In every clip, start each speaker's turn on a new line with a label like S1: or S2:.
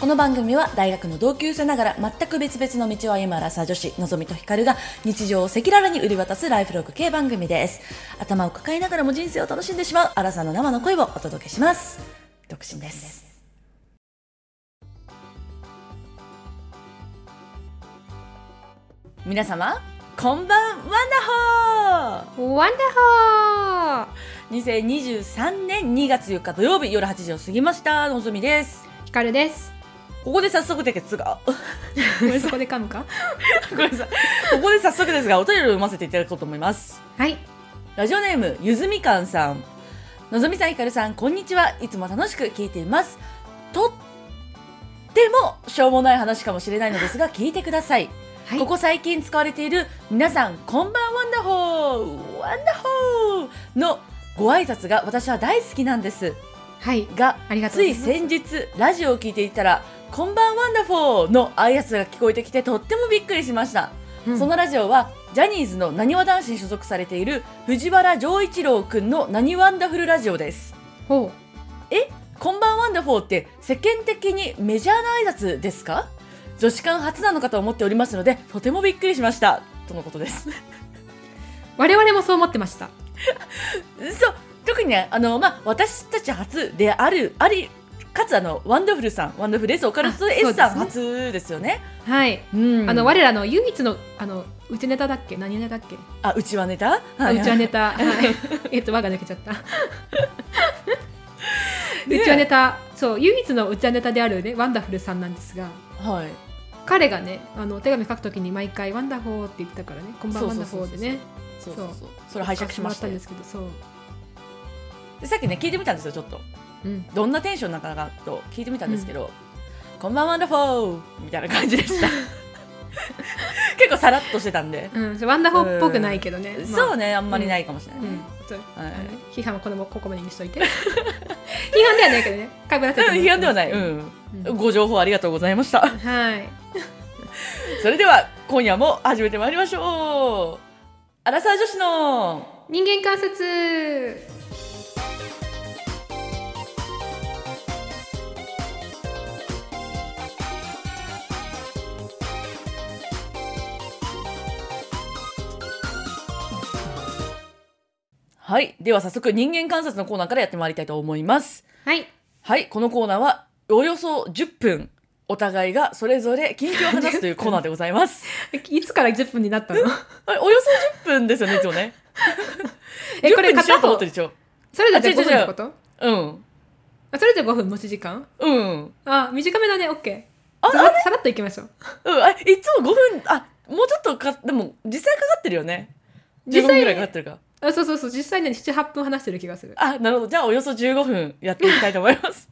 S1: この番組は大学の同級生ながら全く別々の道を歩むアラサー女子のぞみとひかるが日常を赤裸々に売り渡すライフログ系番組です頭を抱えながらも人生を楽しんでしまうアラサーの生の声をお届けします独身です皆様こんばんワンダホー
S2: ワンダホ
S1: 2023年2月4日土曜日夜8時を過ぎましたのぞみです
S2: ーひかるです。
S1: ここで早速ですが
S2: そこで噛むか
S1: ごめんなさいここで早速ですがお便りを読ませていただこうと思います
S2: はい。
S1: ラジオネームゆずみかんさんのぞみさんひかるさんこんにちはいつも楽しく聞いていますとってもしょうもない話かもしれないのですが聞いてください
S2: はい、
S1: ここ最近使われている皆さんこんばんワンダホーワンダホーのご挨拶が私は大好きなんです
S2: はい。
S1: が
S2: ありがと
S1: つ
S2: うござい
S1: い
S2: ます。
S1: 先日ラジオを聞いていたら「こんばんワンダフォー」の挨拶が聞こえてきてとってもびっくりしました、
S2: うん
S1: そのラジオはジャニーズのなにわ男子に所属されている藤原丈一郎くんの「なにワンダフルラジオ」です
S2: ほ
S1: こんばんワンダフォーって世間的にメジャーな挨拶ですか女子間初なのかと思っておりますのでとてもびっくりしましたとのことです
S2: う。我々もそう思ってました。
S1: そう特にねあの、まあ、私たち初であるありかつあのワンダフルさんワンダフルですオカルト
S2: あ
S1: S さん
S2: そうで
S1: 初ですよね
S2: はい。
S1: うん
S2: あの我らの唯一のあのうちネタだっけ何ネタだっけ、
S1: あ、うちはネタ、
S2: あうちはネ
S1: タ。
S2: タ。はい、えっと我が抜けちゃった。うちはネタそう唯一のうちはネタであるねワンダフルさんなんですが。
S1: はい。
S2: 彼がねあのお手紙書くときに毎回「ワンダホー」って言ってたからね「こんばんはワンダホー」でね
S1: そうそうそう。それ拝借しまし
S2: 書
S1: た
S2: かせてもら
S1: で
S2: ったんですけどそう、
S1: さっきね、聞いてみたんですよ、ちょっと。
S2: うん、
S1: どんなテンションなのかなと聞いてみたんですけど、こんばんは、ラフォーみたいな感じでした。 結構さらっとしてたんで。
S2: うん、ワンダホーっぽくないけどね、まあ
S1: そうね、あんまりないかもしれない。
S2: うん、そう
S1: はい
S2: あのね批判はこのここまでにしといて 批判ではないけどねかぶらせて
S1: うん、批判ではない。
S2: う、
S1: うんん。ご情報ありがとうございました。
S2: はい
S1: それでは、今夜も始めてまいりましょう。アラサー女子の
S2: 人間観察
S1: はい。では早速、人間観察のコーナーからやってまいりたいと思います。
S2: はい
S1: はい、このコーナーはおよそ10分お互いがそれぞれ近況を話すというコーナーでございます。
S2: いつから10分になったの
S1: あれおよそ10分ですよね、いつもね。
S2: えこれ
S1: 10分にしよ
S2: 片
S1: うと思
S2: 方
S1: ってるでしょ。
S2: それで
S1: あ違う
S2: 5
S1: 違
S2: 分
S1: う
S2: ってこと
S1: うん。
S2: あそれで5分持ち時間
S1: うん。
S2: あ短めだね OK
S1: あ
S2: さらさらっといきましょう
S1: うん、あいつも5分、あもうちょっとか、でも実際かかってるよね。
S2: 実際
S1: 15分ぐらいかかってるか。
S2: あそうそうそう実際ね78分話してる気がする
S1: あ、なるほど。じゃあおよそ15分やっていきたいと思います。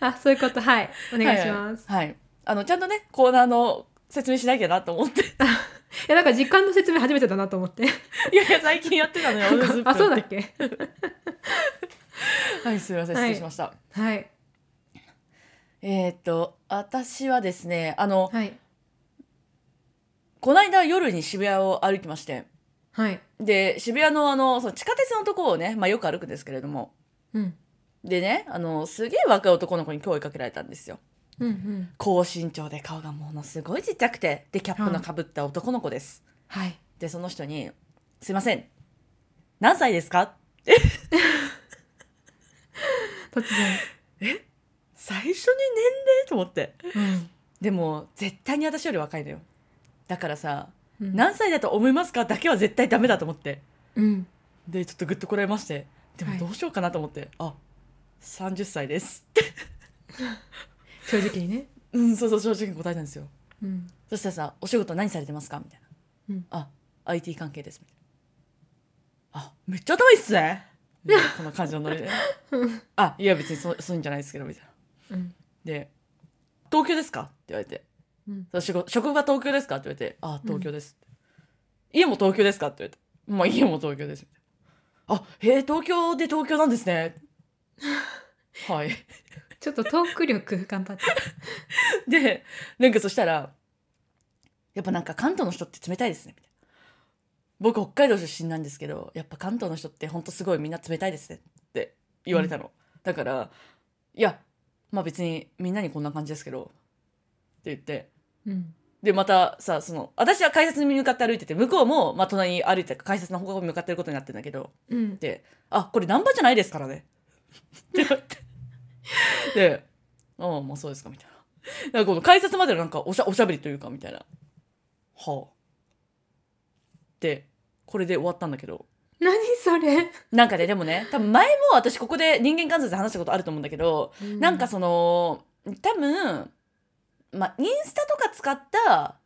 S2: あそういうことはい お
S1: お
S2: 願いします、
S1: はい、はいあの、ちゃんとね、コーナーの説明しなきゃなと思って。
S2: いやなんか時間の説明初めてだなと思っ て
S1: いやいや、最近やってたのよ、およそ10分って
S2: あそうだっけ
S1: はい、すみません。失礼しました。
S2: はい
S1: えーっと私はですねあの
S2: はい
S1: この間夜に渋谷を歩きまして
S2: はい
S1: で渋谷のあのその地下鉄のところをね、まあ、よく歩くんですけれども
S2: うん
S1: でねあのすげえ若い男の子に声かけられたんですよ
S2: うんうん
S1: 高身長で顔がものすごいちっちゃくてでキャップのかぶった男の子です、
S2: はい
S1: でその人に「すいません何歳ですか?」
S2: 突然
S1: 最初に年齢と思って
S2: うん
S1: でも絶対に私より若いのよだからさ
S2: う
S1: 「
S2: ん
S1: 何歳だと思いますか?」だけは絶対ダメだと思って
S2: うん
S1: でちょっとグッとこらえましてで
S2: は
S1: も
S2: い
S1: どうしようかなと思って、あ30歳です
S2: 正直にね
S1: うんそうそう正直に答えたんですよ
S2: うん
S1: そしたらさ「お仕事何されてますか?」みたいな「
S2: うん
S1: あ IT 関係です」みたいな「あめっちゃ頭いいっす ね」みたいなこんな感じのノリで「あいや別にそそういうんじゃないですけど」みたいな
S2: うん
S1: で「東京ですか?」って言われて
S2: うん
S1: 「そう仕事職場東京ですか?」って言われて「あ東京です」家も東京ですか?」って言われて「まあ家も東京です」みたいなあへえ東京で東京なんです ね」はい
S2: ちょっとトーク力頑張って
S1: でなんかそしたらやっぱなんか関東の人って冷たいですねみたいな僕北海道出身なんですけどやっぱ関東の人ってほんとすごいみんな冷たいですねって言われたの、だからいやまあ別にみんなにこんな感じですけどって言って
S2: うん
S1: でまたさその私は改札に向かって歩いてて向こうも、まあ、隣に歩いて改札の方向に向かってることになってるんだけど
S2: うん
S1: で「あこれナンパじゃないですからね」 って言われてで「ああまあそうですか」みたいななんかこの改札までのなんかおしゃおしゃべりというかみたいな「はあ」でこれで終わったんだけど
S2: 何それ、
S1: なんかねでもね多分前も私ここで人間観察で話したことあると思うんだけどなんかその多分まあインスタとか使った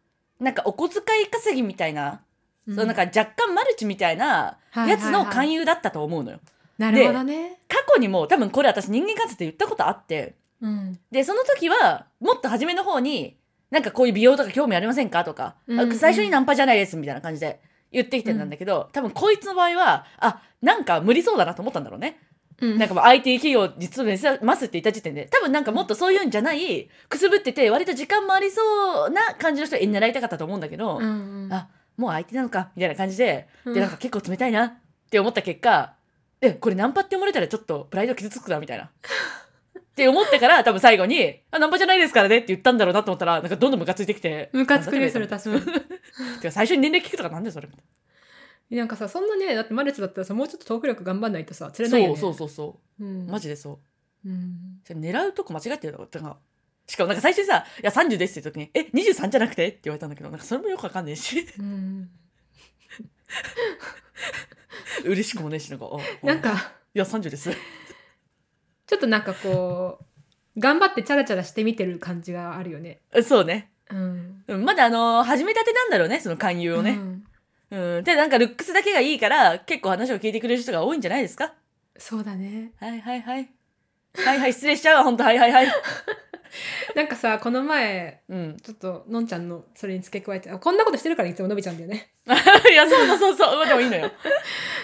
S1: なんかお小遣い稼ぎみたいな、
S2: う
S1: そのなんか若干マルチみたいなやつの勧
S2: 誘
S1: 誘だったと思うのよ。
S2: なるほどね、
S1: 過去にも多分これ私人間観察で言ったことあって
S2: うん、
S1: でその時はもっと初めの方になんかこういう美容とか興味ありませんかとか、
S2: うんうん
S1: あ最初にナンパじゃないですみたいな感じで言ってきてたんだけど、多分こいつの場合はあなんか無理そうだなと思ったんだろうね。なん
S2: か
S1: かもう IT 企業に勤めますって言った時点で多分なんかもっとそういうんじゃないくすぶってて割と時間もありそうな感じの人に狙いたかったと思うんだけど、
S2: うんうん
S1: あもう IT なのかみたいな感じで
S2: うん
S1: でなんか結構冷たいなって思った結果えこれナンパって思われたらちょっとプライド傷つくなみたい な。って思ってから多分最後に「あナンパじゃないですからね」って言ったんだろうなと思ったらなんかどんどんムカついてきて
S2: ムカつくねそれ
S1: だ
S2: 多分
S1: 最初に年齢聞くとかなんでそれ
S2: なんかさそんなねだってマルチだったらさもうちょっとトーク力頑張んないとさ釣れないよ
S1: そう
S2: ね、、
S1: そうそうそううんマジでそう
S2: うん
S1: それ狙うとこ間違ってるだろってかしかもなんか最初にさ「いや30です」って言った時に「え23じゃなくて?」って言われたんだけどなんかそれもよくわかんねえし
S2: うん、
S1: 嬉しくもねえしなんかあ「あ
S2: なん
S1: い
S2: か
S1: や30です」
S2: ちょっとなんかこう頑張ってチャラチャラして見てる感じがあるよね
S1: そうね
S2: うん
S1: うんまだあのー始めたてなんだろうねその勧誘を
S2: う
S1: ね、
S2: ん
S1: うんでなんかルックスだけがいいから結構話を聞いてくれる人が多いんじゃないですか
S2: そうだね
S1: はいはいはいはいはい失礼しちゃうわほんとはいはいはい
S2: なんかさこの前
S1: うん
S2: ちょっとのんちゃんのそれに付け加えてあこんなことしてるからいつものびちゃうんだよね
S1: いやそうそうそうそうまあでもいいのよ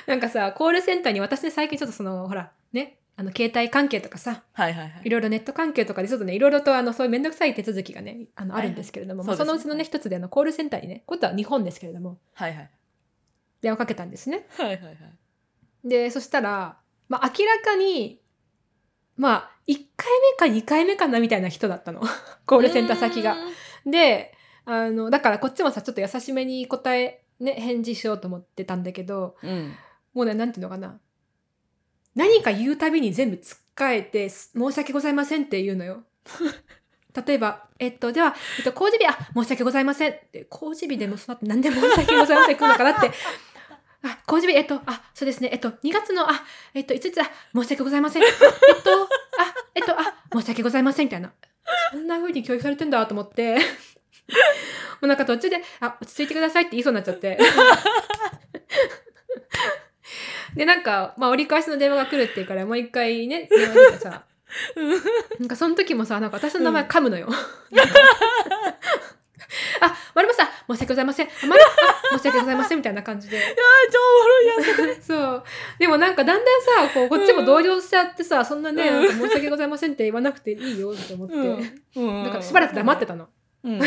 S2: なんかさコールセンターに私ね最近ちょっとそのほらねあの携帯関係とかさ
S1: はいはいはいい
S2: ろいろネット関係とかでちょっとねいろいろとあのそういう面倒くさい手続きがねあの
S1: は
S2: あ
S1: いはい
S2: るんですけれども、
S1: そうです
S2: まあそのうちのね一つであのコールセンターにね今度は日本ですけれども
S1: はいはい
S2: 電話かけたんですね。
S1: はいはいはい
S2: でそしたら、まあ、明らかにまあ1回目か2回目かなみたいな人だったの コールセンター先が。であのだからこっちもさちょっと優しめに答え、ね、返事しようと思ってたんだけど
S1: うん
S2: もうね、なんていうのかな。何か言うたびに全部つっかえて、す申し訳ございませんって言うのよ。 例えば、えっと、では、えっと、工事日、あ、申し訳ございませんって、工事日でもその後、なんで申し訳ございません来るのかなって。あ、工事日、えっと、あ、そうですね、えっと、2月の、あ、えっと、5つ、あ、申し訳ござい ません。えっと、あ、えっと、あ、申し訳ございません、みたいな。そんな風に教育されてんだと思って。 もうなんか途中で、あ、落ち着いてくださいって言いそうになっちゃ って。で、なんか、まあ、折り返しの電話が来るって言うから、もう一回ね、電話してさ、なんかその時もさ、なんか私の名前噛むのよ。あ、丸ました申し訳ございません。あ、丸あ申し訳ございません。みたいな感じで。
S1: あー超おもろいやん
S2: そう。でもなんかだんだんさ、こうこっちも同情しちゃってさ、そんなね、
S1: うん
S2: なんか申し訳ございませんって言わなくていいよって思って、
S1: うん
S2: なんかしばらく黙ってたの。
S1: うん、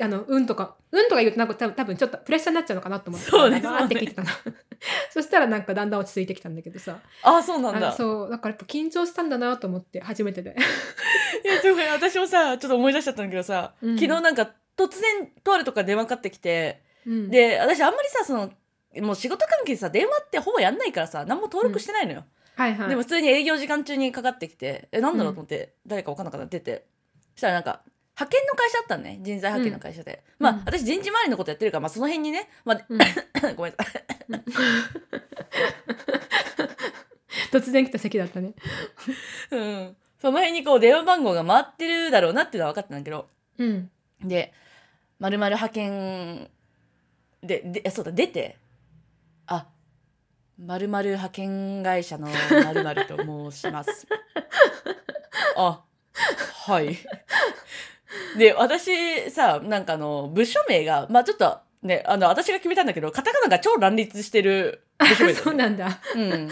S2: あの、うんとか、うんとか言うとなんか多分多分ちょっとプレッシャーになっちゃうのかなと思って、
S1: そうね
S2: 黙って聞いてたの。 そしたらなんかだんだん落ち着いてきたんだけどさ。
S1: あそうなん
S2: あ
S1: だ
S2: そうだからやっぱ緊張したんだなと思って初めてで
S1: いやでもね私もさちょっと思い出しちゃったんだけどさ、
S2: うん
S1: 昨日なんか突然とあるとか電話かかってきて、
S2: うん
S1: で私あんまりさそのもう仕事関係さ電話ってほぼやんないからさ何も登録してないのよ、
S2: はいはい
S1: でも普通に営業時間中にかかってきてえなんだろう
S2: うん
S1: と思って、誰か分かんなかった出てそしたらなんか派遣の会社だったのね人材派遣の会社で、
S2: うん
S1: まあ、
S2: うん
S1: 私人事周りのことやってるから、まあ、その辺にね、まあ、
S2: うん
S1: ごめんなさい
S2: 突然来た席だったね
S1: うんその辺にこう電話番号が回ってるだろうなっていうのは分かってたんだけど
S2: うん
S1: で、まるまる派遣で、で、そうだ、出て、あ、まるまる派遣会社のまるまると申します。 あ、はい。で、私さ、なんかあの、部署名が、まあちょっとね、あの、私が決めたんだけど、カタカナが超乱立してる部署名だった
S2: そうなんだ
S1: うん。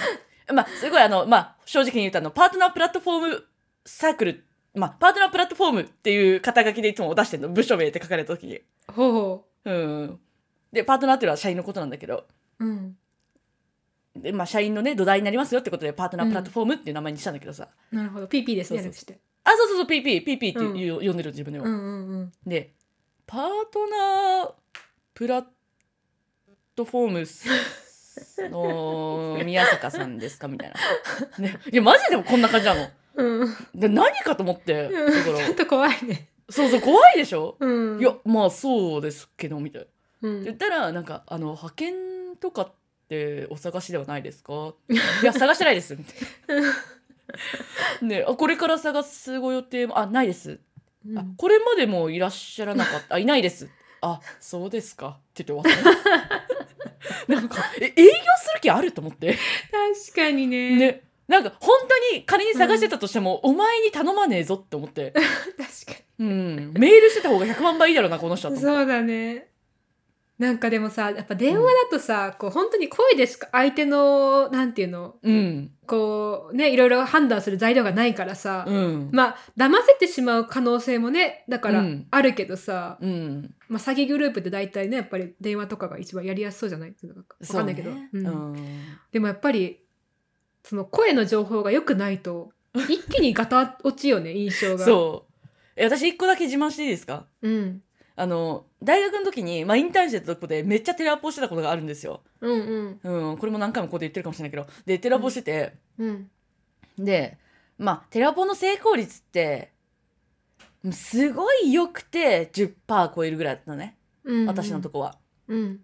S1: まあ、すごいあの、まあ、正直に言うとあの、パートナープラットフォームサークル、まあ、パートナープラットフォームっていう肩書きでいつも出してるの、部署名って書かれた時に。
S2: ほうほ
S1: うん。で、パートナーっていうのは社員のことなんだけど、
S2: ううん
S1: で、まあ、社員のね、土台になりますよってことで、パートナープラットフォームっていう名前にしたんだけどさ。
S2: なるほど PP ですね
S1: そう
S2: 略
S1: そ
S2: して
S1: あ、そうそうそう、PP、PP っていう、呼んでる自分では。
S2: うんうんうん
S1: で、パートナープラットフォームスの宮坂さんですかみたいな。ね、いや、マジでこんな感じなの。
S2: うん
S1: で何かと思って、だか
S2: うん ちょっ
S1: ら、
S2: と怖いね
S1: そうそう、怖いでしょ
S2: うん
S1: いや、まあそうですけど、みたいな。
S2: うん
S1: って言ったら、なんか、あの、派遣とかってお探しではないですか いや、探してないです。みたいな ね、あこれから探すご予定も、あ、ないです。
S2: うん
S1: あこれまでもいらっしゃらなかったあいないですあそうですかって言って終わった なんかえ営業する気あると思って
S2: 確かにね
S1: ねなんか本当に仮に探してたとしても、お前に頼まねえぞって思って、
S2: 確か
S1: うん、メールしてた方が100万倍いいだろうなこの人は
S2: に
S1: と思って
S2: そうだねなんかでもさやっぱ電話だとさ、こう本当に声でしか相手のなんていうの
S1: うん
S2: こうねいろいろ判断する材料がないからさ、
S1: うん
S2: まあ騙せてしまう可能性もねだから
S1: うん
S2: あるけどさ、
S1: うん
S2: まあ、詐欺グループって大体ねやっぱり電話とかが一番やりやすそうじゃないっていうのが分かんないけど、
S1: そうね
S2: うん
S1: うん
S2: でもやっぱりその声の情報が良くな いと一気にガタ落ちよね印象が。
S1: そうえ私1個だけ自慢していいですか
S2: うん、
S1: あの大学の時に、まあ、インターンしてたとこでめっちゃテレアポしてたことがあるんですよ、
S2: うんうん
S1: うん、これも何回もここで言ってるかもしれないけどでテレアポしてて、
S2: うん
S1: でまあテレアポの成功率ってすごい良くて10%超えるぐらいだったのね
S2: うん
S1: 私のと
S2: こ。
S1: こは。
S2: うん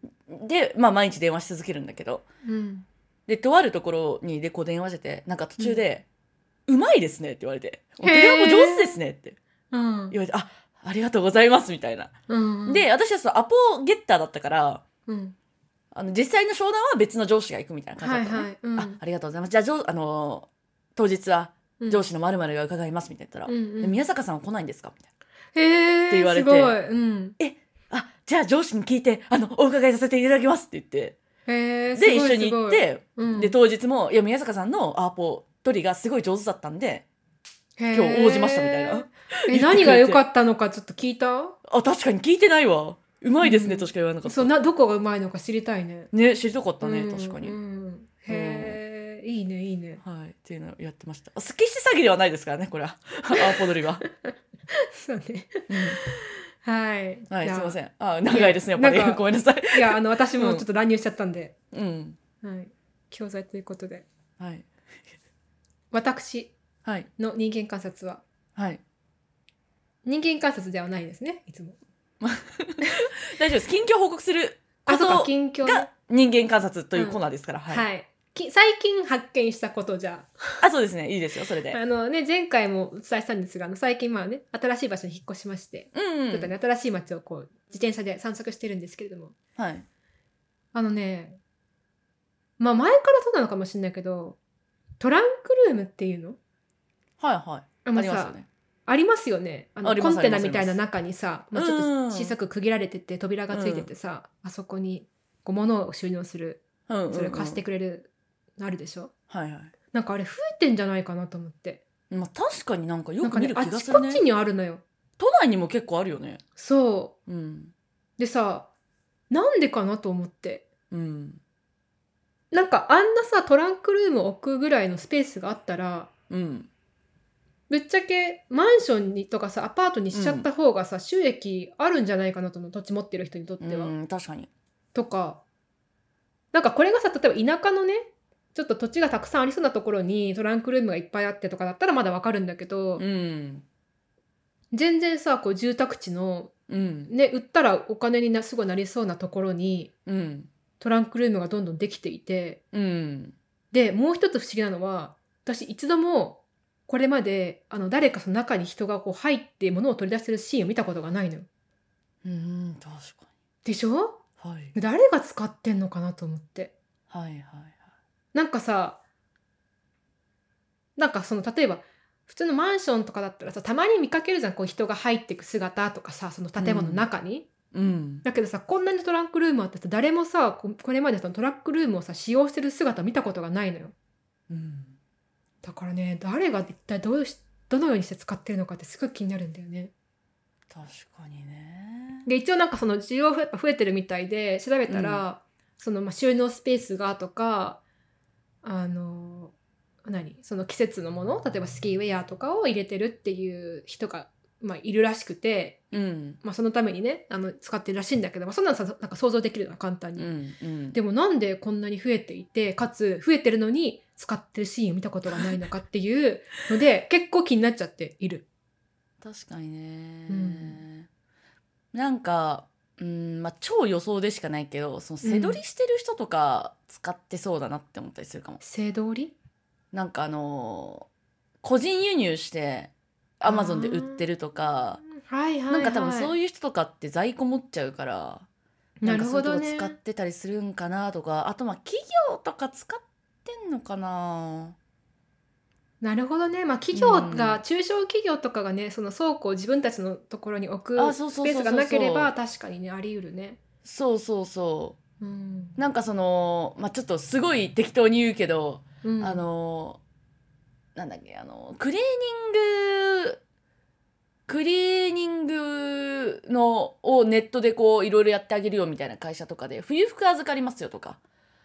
S1: でまあ毎日電話し続けるんだけど
S2: うん、
S1: でとあるところにでこう電話しててなんか途中で「うまいですね」って言われて「
S2: へー
S1: テレアポ上手ですね」って
S2: うん
S1: 言われて「あありがとうございます」みたいな。
S2: うん、
S1: で私はそのアポゲッターだったから
S2: うん、
S1: あの実際の商談は別の上司が行くみたいな感じ
S2: は
S1: だっ
S2: い
S1: たのね。
S2: はい、うん、
S1: あありがとうございますじゃあ上あの当日は
S2: うん
S1: 上司の〇〇が伺いますみたいな言ったら、
S2: うんうん
S1: で宮坂さんは来ないんですか?」みたい
S2: へえ
S1: って言われて
S2: すごい、うん、
S1: な「あじゃあ上司に聞いてあのお伺いさせていただきます」って言って
S2: へえ
S1: で一緒に行っ、
S2: すごいす
S1: て、
S2: ごいうん
S1: で当日も「いや宮坂さんのアーポ取りがすごい上手だったんで
S2: ごい
S1: 今日応じました」みたい
S2: へー
S1: な
S2: え何が良かったのかちょっと聞いた
S1: 「あ確かに聞いてないわうまいですね」
S2: うん
S1: としか言わなかった、
S2: そうなどこがうまいのか知りたいね。
S1: ね知りたかったね、
S2: うん
S1: 確かに、
S2: うんへえ、いいねいいね。
S1: はいっていうのをやってましたあ決して詐欺ではないですからねこれ はアーポ取りは、
S2: そうね。
S1: うん
S2: はい。
S1: はい
S2: じゃあ
S1: すいませんあ長いですねやっぱり
S2: なんか
S1: ごめんなさい
S2: いやあの私
S1: う
S2: も
S1: ん
S2: ちょっと乱入しちゃったんで、
S1: うん
S2: はい。教材ということで、
S1: はい
S2: 私
S1: はい
S2: の人間観察は
S1: はい
S2: 人間観察ではないですね。いつも。
S1: 大丈夫です近況報告するこ
S2: あそうか
S1: と
S2: 近況ね
S1: が人間観察というコーナーですから、はい、
S2: はい。き最近発見したことじゃあ
S1: あそうですねいいですよそれで、
S2: あのね前回もお伝えしたんですがあの最近まあね新しい場所に引っ越しまして、
S1: うん
S2: ちょっとね新しい街をこう自転車で散策してるんですけれども
S1: はい
S2: あのね、まあ前からそうなのかもしれないけど、トランクルームっていうの
S1: はいはい
S2: あ
S1: あ
S2: の
S1: りますよ
S2: さ、
S1: ね
S2: ありますよね。あの
S1: あり
S2: コ
S1: ます
S2: ンテナみたいな中にさ、
S1: りま
S2: まあ、
S1: す
S2: ちょっ
S1: うん
S2: と小さく区切られてて扉がついててさ、あそこにこう物を収納する、
S1: うんうんうん
S2: それを貸してくれるのあるでしょ、
S1: はいはい
S2: なんかあれ増えてんじゃないかなと思って。
S1: まあ確かになんか
S2: な
S1: よ
S2: ん
S1: く
S2: か
S1: 見る、
S2: ね
S1: 気
S2: あ
S1: が
S2: ち
S1: する
S2: こ
S1: ね
S2: ちにあるのよ。
S1: 都内にも結構あるよね
S2: そ
S1: うん
S2: う。でさ、なんでかなと思って。
S1: うん
S2: なんかあんなさ、トランクルーム置くぐらいのスペースがあったら、
S1: うん
S2: ぶっちゃけマンションにとかさアパートにしちゃった方がさ、収益あるんじゃないかなとの土地持ってる人にとっては、
S1: うん確かに
S2: とかなんかこれがさ例えば田舎のねちょっと土地がたくさんありそうなところにトランクルームがいっぱいあってとかだったらまだわかるんだけど、
S1: うん
S2: 全然さこう住宅地の
S1: うん
S2: ね売ったらお金になすごいなりそうなところに
S1: うん
S2: トランクルームがどんどんできていて
S1: うん
S2: でもう一つ不思議なのは私一度もこれまであの誰かその中に人がこう入って物を取り出してるシーンを見たことがないのよ。
S1: うん確か
S2: でしょ
S1: にはい
S2: 誰が使ってんのかなと思って
S1: はいはい
S2: なんかさなんかその例えば普通のマンションとかだったらさたまに見かけるじゃんこう人が入ってく姿とかさその建物の中に、
S1: うん
S2: だけどさこんなにトランクルームあってさ誰もさここれまでそのトラックルームをさ使用してる姿見たことがないのよ
S1: うん
S2: だからね誰が一体どうしどのようにして使ってるのかってすごい気になるんだよね
S1: 確かにね
S2: で一応なんかその需要がやっぱ増えてるみたいで調べたら、そのまあ収納スペースがとかあの何その季節のもの例えばスキーウェアとかを入れてるっていう人が、まあ、いるらしくて、
S1: うん
S2: まあ、そのためにねあの使ってるらしいんだけど、まあ、そんなのさなんか想像できるのは簡単
S1: う
S2: に、
S1: んうん
S2: でもなんでこんなに増えていてかつ増えてるのに使ってるシーンを見たことがないのかっていうの で結構気になっちゃっている。
S1: 確かにね、
S2: うん
S1: なんかうんまあ超予想でしかないけどその背取りしてる人とか使ってそうだなって思ったりするかも、
S2: 性通り
S1: なんかあのー個人輸入してアマゾンで売ってるとか
S2: はいはい、はい、
S1: なんか多分そう
S2: い
S1: いう人とかって在庫持っちゃうから
S2: う
S1: なんか
S2: なる
S1: そうい
S2: ほ
S1: うとこ
S2: どね
S1: 使ってたりするんかなとかあとまあ企業とか使ってんのかな
S2: なるほどね、まあ、企業が、中小企業とかがねその倉庫を自分たちのところに置く
S1: あそう
S2: ス
S1: そうそう
S2: ペー
S1: そうそう
S2: スがなければ確かにねあり得るね。
S1: そうそうそ
S2: うん
S1: うなんかその、まあ、ちょっとすごい適当に言うけど
S2: うん
S1: あのなんだっけあのクリーニングクリーニングのをネットでこういろいろやってあげるよみたいな会社とかで冬服預かりますよとか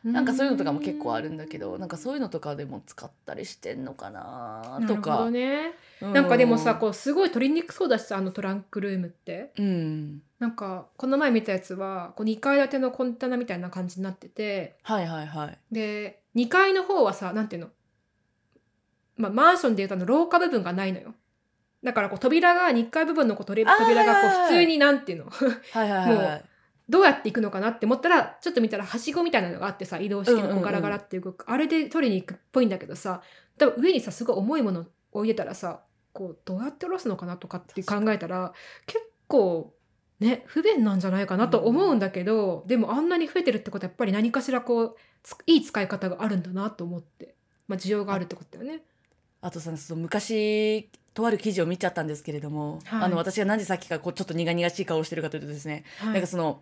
S1: なんかそういうのとかも結構あるんだけどなんかそういうのとかでも使ったりしてんのかな
S2: な
S1: と
S2: るほ
S1: か
S2: どね。
S1: う
S2: なんかでもさこうすごい取りにくそうだしさあのトランクルームって
S1: うん
S2: なんかこの前見たやつはこう2階建てのコンテナみたいな感じになってて
S1: はいはいはい
S2: で2階の方はさなんていうの、まあ、マンションでいうとあの廊下部分がないのよ。だからこう扉が2階部分のこう扉
S1: あー
S2: 扉がこ
S1: はいうはい
S2: 普通になんていうの
S1: はいはいはいはい
S2: どうやって行くのかなって思ったらちょっと見たらはしごみたいなのがあってさ移動式
S1: うんうん
S2: のこ
S1: うん
S2: うガラガラって動く、あれで取りに行くっぽいんだけどさ多分上にさすごい重いもの置いてたらさこうどうやって下ろすのかなとかって考えたら結構ね不便なんじゃないかなと思うんだけど、でもあんなに増えてるってことはやっぱり何かしらこうついい使い方があるんだなと思って、まあ、需要があるってことだよね。
S1: あとさその昔とある記事を見ちゃったんですけれども、
S2: はい
S1: あの私がなぜさっきからこうちょっと苦々しい顔をしてるかというとですね
S2: はい
S1: なんかその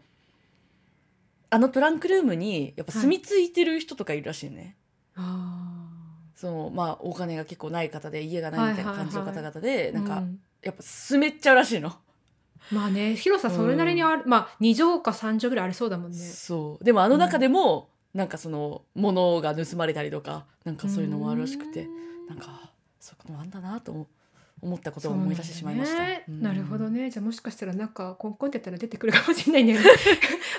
S1: あのトランクルームにやっぱ住み着いてる人とかいるらしいね、
S2: あ
S1: そのまあお金が結構ない方で家がないみたいな感じの
S2: はい
S1: 方
S2: はいはい
S1: 々で、
S2: ー
S1: なん
S2: う
S1: かやっぱ住めっちゃうらしいの、
S2: まあね広さそれなりにある、まあ2畳か3畳ぐらいありそうだもんね。
S1: そうでもあの中でも、なんかその物が盗まれたりとかなんかそういうのもあるらしくて、なんかそういうこともあんだなと思思ったことを思い出してしまいまし
S2: そ
S1: た、
S2: うなんだね
S1: うん
S2: なるほどね。じゃあもしかしたらなんかコンコンってやったら出てくるかもしれ ないね。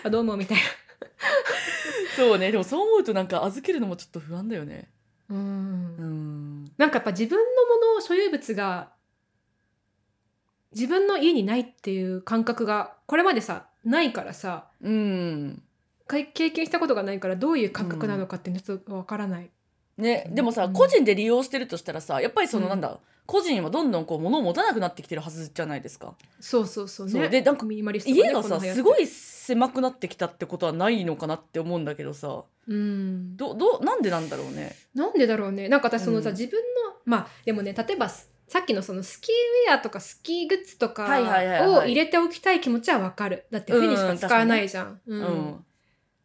S2: あどうもみたい
S1: そうねでもそう思うとなんか預けるのもちょっと不安だよね
S2: な。うん
S1: うん
S2: なんかやっぱ自分のもの所有物が自分の家にないっていう感覚がこれまでさないからさ
S1: うん
S2: かい経験したことがないからどういう感覚なのかってちょっとわからない。
S1: ね、でもさ、
S2: うん
S1: 個人で利用してるとしたらさやっぱりその
S2: うん
S1: なんだ、個人はどんどんこう物を持たなくなってきてるはずじゃないですか
S2: そうそうそう
S1: そう
S2: ね。
S1: でなんか
S2: ミニマリスト
S1: 家がさ、すご
S2: い。
S1: い狭くなってきたってことはないのかなって思うんだけどさ
S2: うん。
S1: どどうなんでなんだろうね
S2: なんでだろうねなんか私そのさ、
S1: うん
S2: 自分のまあでもね例えばすさっきのそのスキーウェアとかスキーグッズとか
S1: はいはいはいはい
S2: を入れておきたい気持ちはわかるだって冬にしか使わないじゃん。う
S1: うんん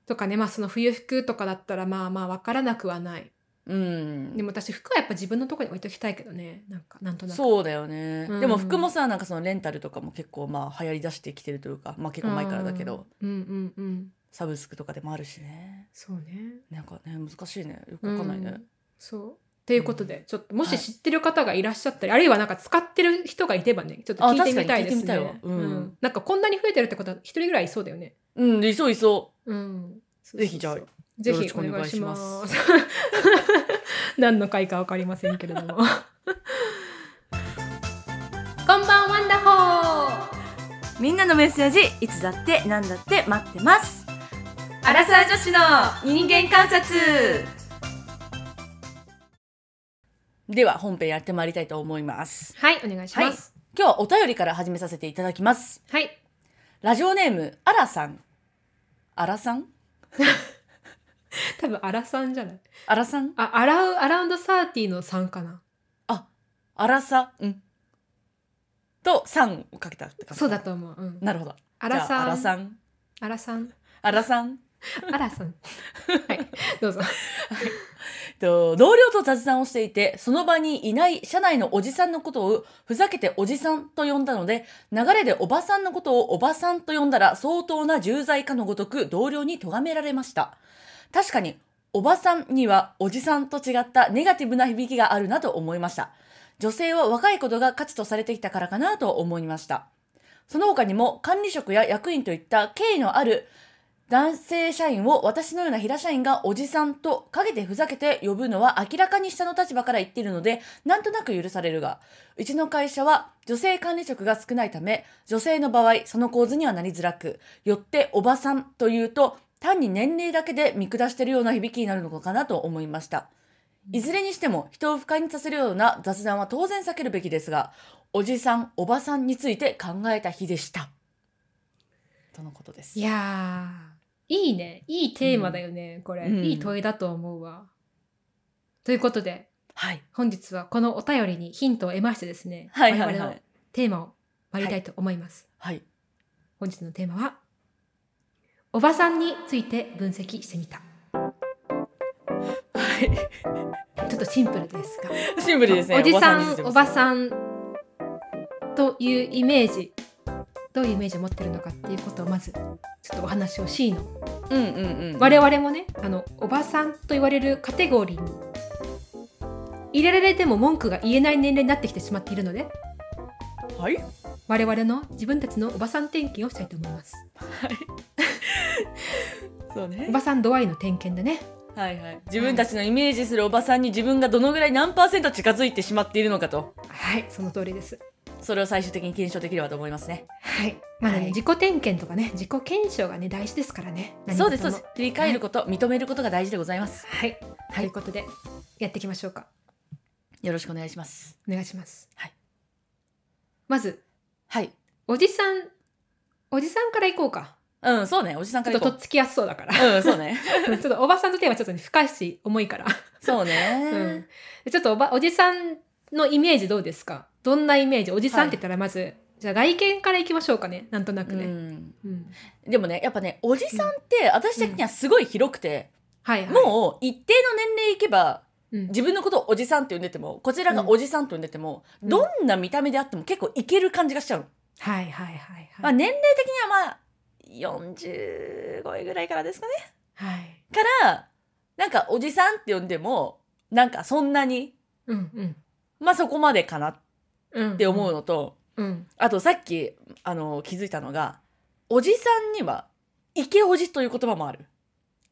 S2: とかねまあその冬服とかだったらまあまあわからなくはない。
S1: うん
S2: でも私服はやっぱ自分のところに置いときたいけどねなんかなんとなく。
S1: そうだよね、
S2: うん
S1: でも服もさなんかそのレンタルとかも結構まあ流行りだしてきてるというかまあ結構前からだけど、
S2: うんうんうん
S1: サブスクとかでもあるしね
S2: そうね。
S1: なんかね難しいねよくわかんないね、
S2: うんそうということで、ちょっとも
S1: はい
S2: し知ってる方がいらっしゃったり、あるいはなんか使ってる人がいればねちょっと聞いてみたいですね。
S1: あ確かに聞いてみたいわうん
S2: なんかこんなに増えてるってことは一人ぐらいいそうだよね。
S1: うん、いそういそ
S2: うん。
S1: ぜひじゃあ
S2: ぜ
S1: よろ
S2: ひ
S1: しくお
S2: お
S1: 願
S2: 願
S1: い
S2: い
S1: し
S2: し
S1: ま
S2: ますす。 何の回かわかりませんけれど も。こんばんワンダホー。
S1: うみんなのメッセージいつだってなんだって待ってます
S2: アラサー女子の人間観察。
S1: では本編やってまいりたいと思います
S2: はい、お願いします。
S1: 今日はお便りから始めさせていただきます
S2: はい。
S1: ラジオネームあらさんあらさん
S2: 多分アラさんじゃない。
S1: あらさん
S2: あ、アラウアラウンドサーティのさんかな。
S1: あ、あらさ、うん。と、さんをかけたって感じ。
S2: そうだと思う。うん。
S1: なるほど。
S2: アラ
S1: じゃあ
S2: さ
S1: あら
S2: ん。
S1: さん。
S2: アラさん。
S1: あらさん。
S2: アラ さん。はい。どうぞ。
S1: と同僚と雑談をしていてその場にいない社内のおじさんのことをふざけておじさんと呼んだので流れでおばさんのことをおばさんと呼んだら相当な重罪かのごとく同僚に咎められました確かにおばさんにはおじさんと違ったネガティブな響きがあるなと思いました。女性は若いことが価値とされてきたからかなと思いました。その他にも管理職や役員といった敬意のある男性社員を私のような平社員がおじさんと陰でふざけて呼ぶのは明らかに下の立場から言っているのでなんとなく許されるがうちの会社は女性管理職が少ないため女性の場合その構図にはなりづらくよっておばさんというと単に年齢だけで見下しているような響きになるのかなと思いましたいずれにしても人を不快にさせるような雑談は当然避けるべきですがおじさんおばさんについて考えた日でしたとのことです
S2: いやーいいねいいテーマだよね、これ、
S1: うん
S2: いい問いだと思うわということで
S1: はい
S2: 本日はこのお便りにヒントを得ましてですね、
S1: はいはいはい
S2: 我々のテーマを割りたいと思います、
S1: はい
S2: 本日のテーマはおばさんについて分析してみた
S1: は
S2: ちょっとシンプルですが
S1: い シンプルですね
S2: おじさんお
S1: おば
S2: ば
S1: さん
S2: さんというイメージどういうイメージを持ってるのかっていうことをまずちょっとお話を C の
S1: うんうんうん
S2: 我々もねあのおばさんと言われるカテゴリーに入れられても文句が言えない年齢になってきてしまっているので
S1: はい
S2: 我々の自分たちのおばさん点検をしたいと思います
S1: そうね
S2: おばさん度合いの点検でね
S1: はいはい、自分たちのイメージするおばさんに自分がどのぐらい何パーセント近づいてしまっているのかと
S2: はいその通りです
S1: それを最終的に検証できればと思いますね
S2: はいまあね、
S1: はい
S2: 自己点検とかね自己検証がね大事ですからね何
S1: そ
S2: 事も
S1: うですそうです振り返ること、認めることが大事でございます
S2: はい、ということでやっていきましょうか
S1: よろしくお願いします
S2: お願いします、
S1: はい、
S2: まず
S1: はい
S2: おじさんおじさんからいこうか
S1: うんそうねおじさん
S2: ち
S1: から
S2: ょっと
S1: 行
S2: と
S1: こ
S2: っつきやすそうだから
S1: ううんそうね
S2: ちょっとおばさんのテーマちょっとね深いし重いから、
S1: そうね、
S2: うん、ちょっとおばおじさんのイメージどうですかどんなイメージおじさんって言ったらまず、じゃあ外見からいきましょうかねなんとなく
S1: う
S2: ね、
S1: ん
S2: うん
S1: でもねやっぱねおじさんって私的にはすごい広くて、
S2: はいはい、
S1: もう一定の年齢いけば
S2: う、ん、
S1: 自分のことをおじさんって呼んでてもこちらがおじさんと呼んでても、どんな見た目であっても結構いける感じがしちゃうの
S2: はいはいはいはい、
S1: まあ、年齢的にはまあ45位ぐらいからですかね
S2: はい
S1: からなんかおじさんって呼んでもなんかそんなに
S2: うんうん
S1: まあそこまでかなっ
S2: うん
S1: て思うのと、
S2: うん
S1: あとさっきあの気づいたのがおじさんにはイケおじという言葉もある。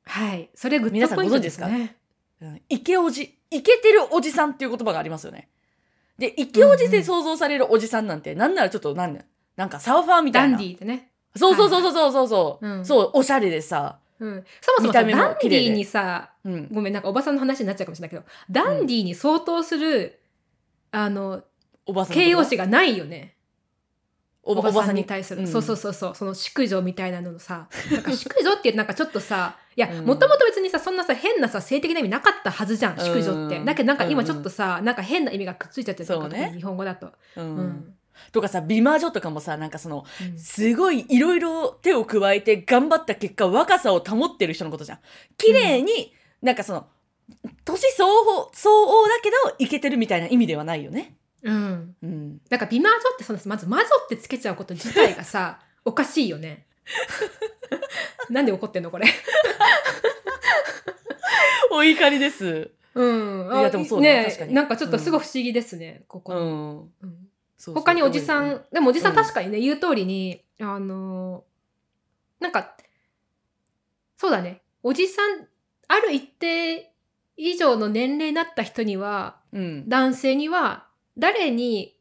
S2: はいそれグッドポイントです
S1: 皆
S2: ね
S1: うんイケおじイケてるおじさんっていう言葉がありますよね。でイケおじ
S2: うんう
S1: で
S2: ん
S1: 想像されるおじさんなんて、なんならちょっとなんなんかサーファーみた
S2: ダ
S1: いな
S2: ンディーでね、
S1: そうそうそうそうそうそう、
S2: はいはいうん
S1: そうおしゃれでさ、
S2: うん、そ
S1: 見
S2: もそもさ
S1: た目も
S2: ダンデ
S1: 綺麗
S2: ィ
S1: で
S2: ーにさ
S1: うん、
S2: ごめんなんかおばさんの話になっちゃうかもしれないけどダンディーに相当する、あの
S1: おばさんの
S2: 形容
S1: こと
S2: 詞がないよね
S1: お
S2: お
S1: ば
S2: ば
S1: おば
S2: さ
S1: さん
S2: ん
S1: に
S2: に対する、
S1: うん
S2: そうそうそうそうその淑女みたいなののさなんか淑女ってなんかちょっ とさいや
S1: うん
S2: もともと別にさそんなさ変なさ性的な意味なかったはずじゃん淑女って、
S1: うん
S2: だけどなんか
S1: うんう
S2: 今
S1: ん
S2: ちょっとさ、なんか変な意味がくっついちゃってるとか
S1: そうね
S2: 日本語だと、
S1: うん
S2: うん
S1: とかさ美魔女とかもさなんかその
S2: うん
S1: すごいいろいろ手を加えて頑張った結果若さを保ってる人のことじゃん綺麗に、なんかその年相応相応だけどイケてるみたいな意味ではないよね
S2: うん
S1: うん
S2: なんか美魔女ってそのまず魔女ってつけちゃうこと自体が さおかしいよねなんで怒ってんのこれ
S1: お怒りです
S2: うんあ
S1: いやでもそうね
S2: え
S1: 確かに
S2: なんかちょっとすごい不思議ですね、ここ
S1: う
S2: の、
S1: ん
S2: うん
S1: そうそう
S2: 他におじさ
S1: うん
S2: んでもおじさ
S1: うんん
S2: 確かにね、言う通りにあのーなんかそうだねおじさんある一定以上の年齢になった人には
S1: うん
S2: 男性には誰に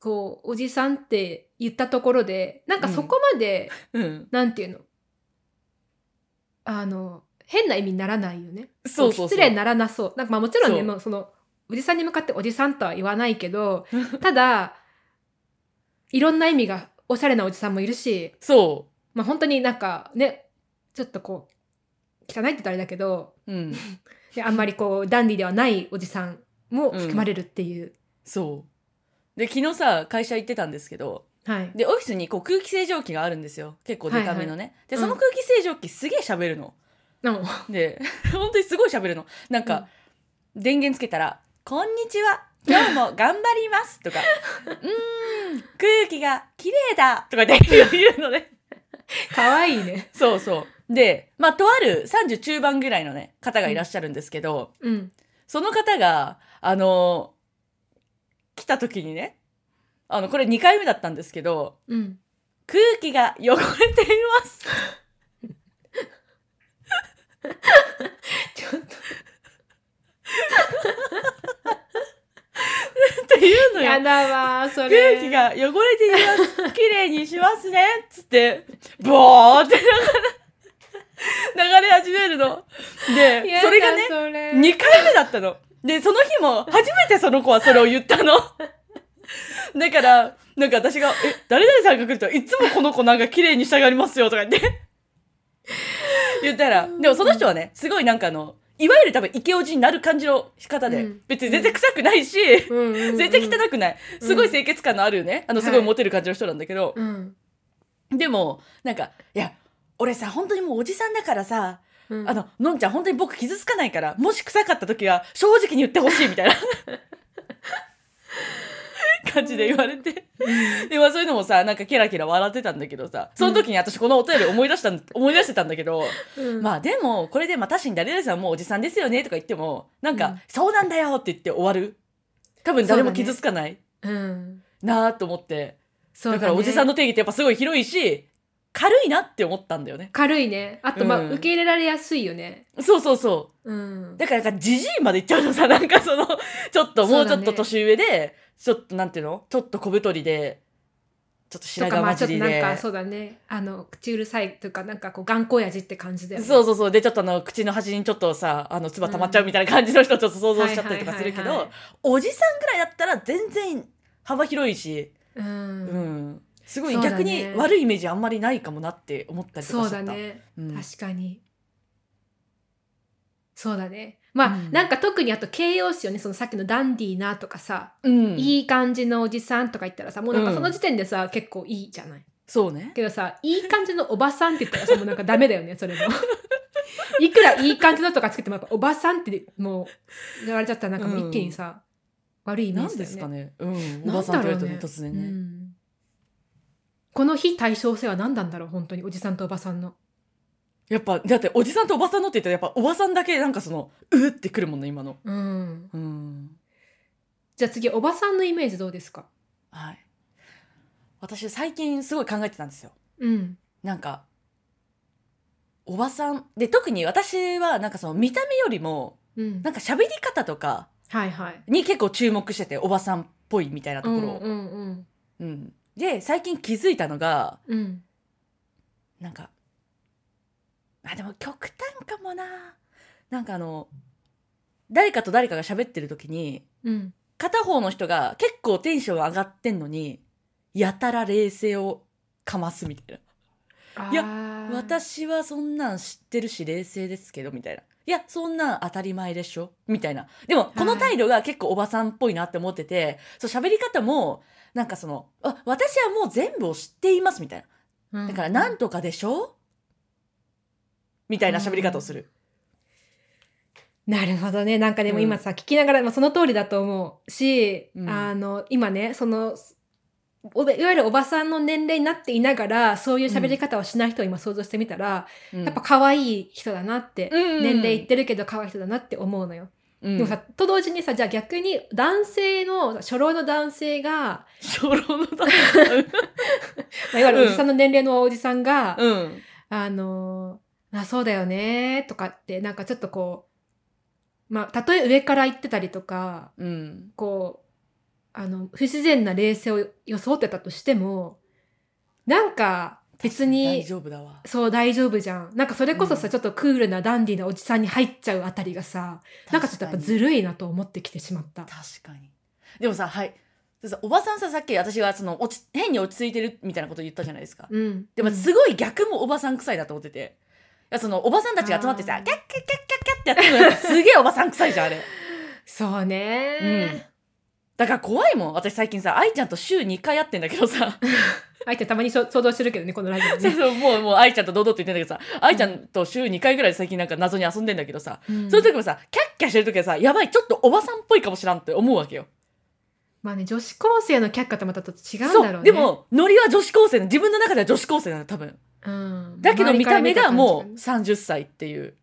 S2: こうおじさんって言ったところでなんかそこまで、
S1: うん
S2: なんていうのあの変な意味にならないよね
S1: そうそうそう
S2: 失礼にならなそうなんかまあもちろんね
S1: そう
S2: もうそのおじさんに向かっておじさんとは言わないけど ただいろんな意味がおしゃれなおじさんもいるし
S1: そ
S2: まあ本当になんかねちょっとこう汚いって言ったらあれだけど
S1: ううん
S2: であんまりこうダンディーではないおじさんも含まれるっていう、
S1: そうで昨日さ会社行ってたんですけど
S2: はい
S1: でオフィスにこう空気清浄機があるんですよ結構デカめのね、で
S2: うん
S1: その空気清浄機すげえ喋るの、
S2: の
S1: で 本当にすごい喋るのなんか、電源つけたら「こんにちは今日も頑張ります」 とか「うーん空気が綺麗だ」とかで言うのね
S2: かわいいね
S1: そうそうで、まあ、とある30中盤ぐらいのね、方がいらっしゃるんですけど、
S2: うん。
S1: その方が、あの、来た時にね、あの、これ2回目だったんですけど、
S2: うん。
S1: 空気が汚れてい ます。
S2: ちょっと。
S1: っていうのよ。
S2: やだわー、それ。
S1: 空気が汚れています。綺麗にしますね。つって、ボーって流れ、流れ始めるの。で、
S2: やだ
S1: それがね、
S2: そ
S1: 2
S2: れ
S1: 回目だったの。で、その日も、初めてその子はそれを言ったの。 だから、なんか私が、え、誰々さんが来ると、いつもこの子なんか綺麗にしたがりますよ、とか言って。 言ったら、でもその人はね、すごいなんかあの、いわゆる多分、イケオジになる感じの方で、
S2: うん
S1: 別に全然臭くないし、
S2: うんうんうん
S1: 全然汚くない。
S2: うん
S1: すごい清潔感のあるね。あの、
S2: はい
S1: すごいモテる感じの人なんだけど。
S2: うん。
S1: でも、なんか、いや、俺さ、本当にもうおじさんだからさ、
S2: うん
S1: あの、のんちゃん本当に僕傷つかないから、もし臭かった時は正直に言ってほしいみたい な感じで言われて。で、まあそういうのもさ、なんかケラケラ笑ってたんだけどさ、その時に私このお便り思い出 したん、思い出してたんだけど、
S2: うん
S1: まあでも、これでまあ確かに誰々さんもうおじさんですよねとか言っても、なんか、
S2: うん
S1: そうなんだよって言って終わる。多分誰も傷つかない。
S2: うん。
S1: なぁと思って
S2: そ
S1: だ,、
S2: うね
S1: からおじさんの定義ってやっぱすごい広いし軽いなって思ったんだよね
S2: 軽いね。あと、まあ、
S1: うん
S2: 受け入れられやすいよね。。
S1: そうそうそううんだからなんかじじいまでいっちゃうのさなんかそ のちょっとも
S2: そう
S1: うち
S2: だ
S1: ょっ
S2: ね
S1: と年上で、ちょっとなんていうのちょっと小太りでちょっと
S2: と
S1: 白
S2: か、
S1: 髪
S2: まあ、
S1: 混
S2: ちょ
S1: じ
S2: っと
S1: り
S2: なん
S1: で、
S2: か、
S1: そ
S2: そうだね。あの、口うるさいというか、なんかこう、頑固やじって感じだよ
S1: う
S2: ね。
S1: そうそうでちょっとあの口の端にちょっとさあの唾溜まっちゃうみたいな感じの人ちょっと想像しちゃったりとかするけど、
S2: はいはいはい
S1: おじさんぐらいだったら全然幅広いし、
S2: う
S1: うん
S2: ん。
S1: すごい、
S2: そうだね
S1: 逆に悪いイメージあんまりないかもなって思ったりと
S2: そ
S1: かし
S2: う
S1: ちゃ
S2: だ
S1: った。
S2: ね。
S1: うん
S2: 確かに。そうだね。まあ、
S1: うん
S2: なんか特にあと形容詞よね、そのさっきのダンディーなとかさ、
S1: うん
S2: いい感じのおじさんとか言ったらさ、もうなん
S1: う
S2: か
S1: ん
S2: その時点でさ、結構いいじゃない。
S1: そうね
S2: けどさ、いい感じのおばさんって言ったらさ、もうなんかダメだよね、 それも。いくらいい感じのとかつけても、やっぱおばさんってもう、言われちゃったらなんかもう一気にさ、悪いイメー
S1: 何
S2: ジ
S1: で
S2: だ
S1: す
S2: よね
S1: か。ね。うん。お
S2: な
S1: ば
S2: ん
S1: さん
S2: だ
S1: と言
S2: ろう
S1: うとね
S2: ね、
S1: 突
S2: う
S1: 然ね。
S2: んこの非対称性は何なんだろう、本当に、おじさんとおばさんの。
S1: やっぱ、だっておじさんとおばさんのって言ったら、やっぱおばさんだけなんかその、うーってくるもんね、今の。
S2: うん。
S1: うん。
S2: じゃあ次、おばさんのイメージどうですか
S1: はい。私、最近すごい考えてたんですよ。
S2: うん。
S1: なんか、おばさん。で、特に私はなんかその見た目よりも、
S2: うん
S1: なんか喋り方とか
S2: はいはい。
S1: に結構注目してて、おばさんっぽいみたいなところを。
S2: うんうん
S1: うん。で、最近気づいたのが、
S2: うん。うん。
S1: なんか、あ、でも極端かもな。なんかあの、誰かと誰かが喋ってる時に、
S2: うん。
S1: 片方の人が結構テンション上がってんのに、やたら冷静をかますみたいいや
S2: や
S1: な。、私はそんなん知ってるし冷静ですけど、みたいな。いや、そんなん当たり前でしょみたいな。でも、この態度が結構おばさんっぽいなって思ってて、そう喋り方も、なんかその、あ、私はもう全部を知っています、みたいな。
S2: だ
S1: だから、なんとかでしょみたいな喋り方をする。
S2: なるほどね。なんかでも
S1: うん
S2: 今さ、聞きながら、まあ、その通りだと思うし、
S1: うん
S2: あの、今ね、その、おべいわゆるおばさんの年齢になっていながら、そういう喋り方をしない人を今想像してみたら、
S1: うん
S2: やっぱ、可愛い人だなって、
S1: うん
S2: 年齢いってるけど可愛い人だなって思うのよ。
S1: うん
S2: でもさ、と同時にさ、じゃあ逆に男性の、初老の男性が、
S1: 初老の だ。
S2: まあ、いわゆるおじさんの年齢のおじさんが、
S1: うん。
S2: あのーあ、そうだよねーとかって、なんかちょっとこう、まあ、たとえ上から言ってたりとか、
S1: うん。
S2: こう、あの、不自然な冷静を装ってたとしても、なんか別
S1: 大
S2: に、
S1: 丈夫だわ。
S2: そう大丈夫じゃん。なんかそれこそ
S1: う
S2: さ、
S1: ん
S2: ちょっとクールなダンディーなおじさんに入っちゃうあたりがさ、なんかちょっとやっぱず
S1: る。
S2: るいなと思ってきてしまった。
S1: 確かに。でもさ、はい。でさおばさんさ、さっき私はその落ち、変に落ち着いてるみたいなこと言ったじゃないですか。
S2: うん。
S1: でも
S2: うん
S1: すごい逆もおばさん臭いなと思ってて。いやそのおばさんたちが集まって
S2: あ
S1: さ、
S2: ー
S1: キャッキャッキャッキャッキャッってやってるのがすげえおばさん臭いじゃん、あれ。
S2: そうね
S1: うん
S2: ー。
S1: だから怖いもん。私最近さ、愛ちゃんと週2回会ってんだけどさ。
S2: 相手たまに想像してるけどね、このラジオ
S1: そう
S2: ね。
S1: そう、もう、もう、愛ちゃんと堂々と言ってんだけどさ、愛ちゃんと週2回ぐらい最近なんか謎に遊んでんだけどさ、
S2: うん
S1: そういう時もさ、キャッキャしてる時はさ、やばい、ちょっとおばさんっぽいかもしらんって思うわけよ。
S2: まあね、女子高生の却下とまたちょっと違うんだろ
S1: そうう。
S2: ね。
S1: で、も、ノリは女子高生の、自分の中では女子高生なの、多分。
S2: うん、
S1: だけど見た目がもう
S2: 周りか
S1: 30歳っていう。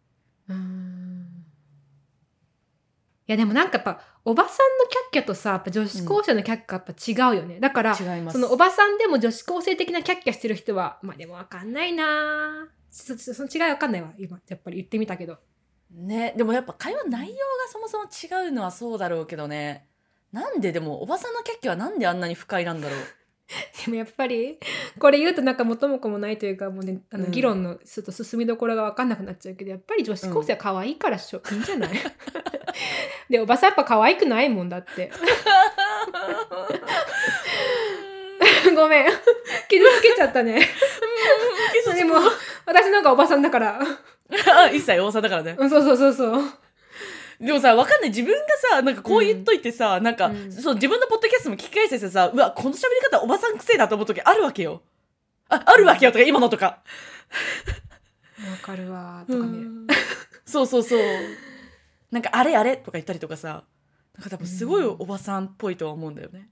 S2: ら見た感じうん。いや、でもなんかやっぱ、おばさんの却下とさ、やっぱ女子高生の却下やっぱ違うよね。だから、
S1: 違います。
S2: そのおばさんでも女子高生的な却下してる人は、まあでもわかんないなぁちょちょその違いわかんないわ、今。やっぱり言ってみたけど。
S1: ね、でもやっぱ会話の内容がそもそも違うのはそうだろうけどね。なんででも、おばさんのキャッキャはなんであんなに不快なんだ ろう。
S2: でもやっぱり、これ言うとなんか元も子もないというか、もうね、あの
S1: うん
S2: 議論のちょっと進みどころがわかんなくなっちゃうけど、やっぱり女子高生は可愛いからしょ、いいんじゃないで、おばさんやっぱ可愛くないもんだ って。ごめん。傷つけちゃったね。でも、私なんかおばさんだから。
S1: あ一切おばさんだからね。
S2: うん、そうそうそうそう。
S1: でもさ、わかんない。自分がさ、なんかこう言っといてさ、なんか、
S2: うん
S1: そう、自分のポッドキャストも聞き返してさ、うわ、この喋り方おばさんくせえなと思う時あるわけよ。あ、あるわけよとか、今のとか。
S2: わかるわーとかね。
S1: うんそうそうそう。なんか、あれあれとか言ったりとかさ、なんか多分すごいおばさんっぽいとは思うんだよね。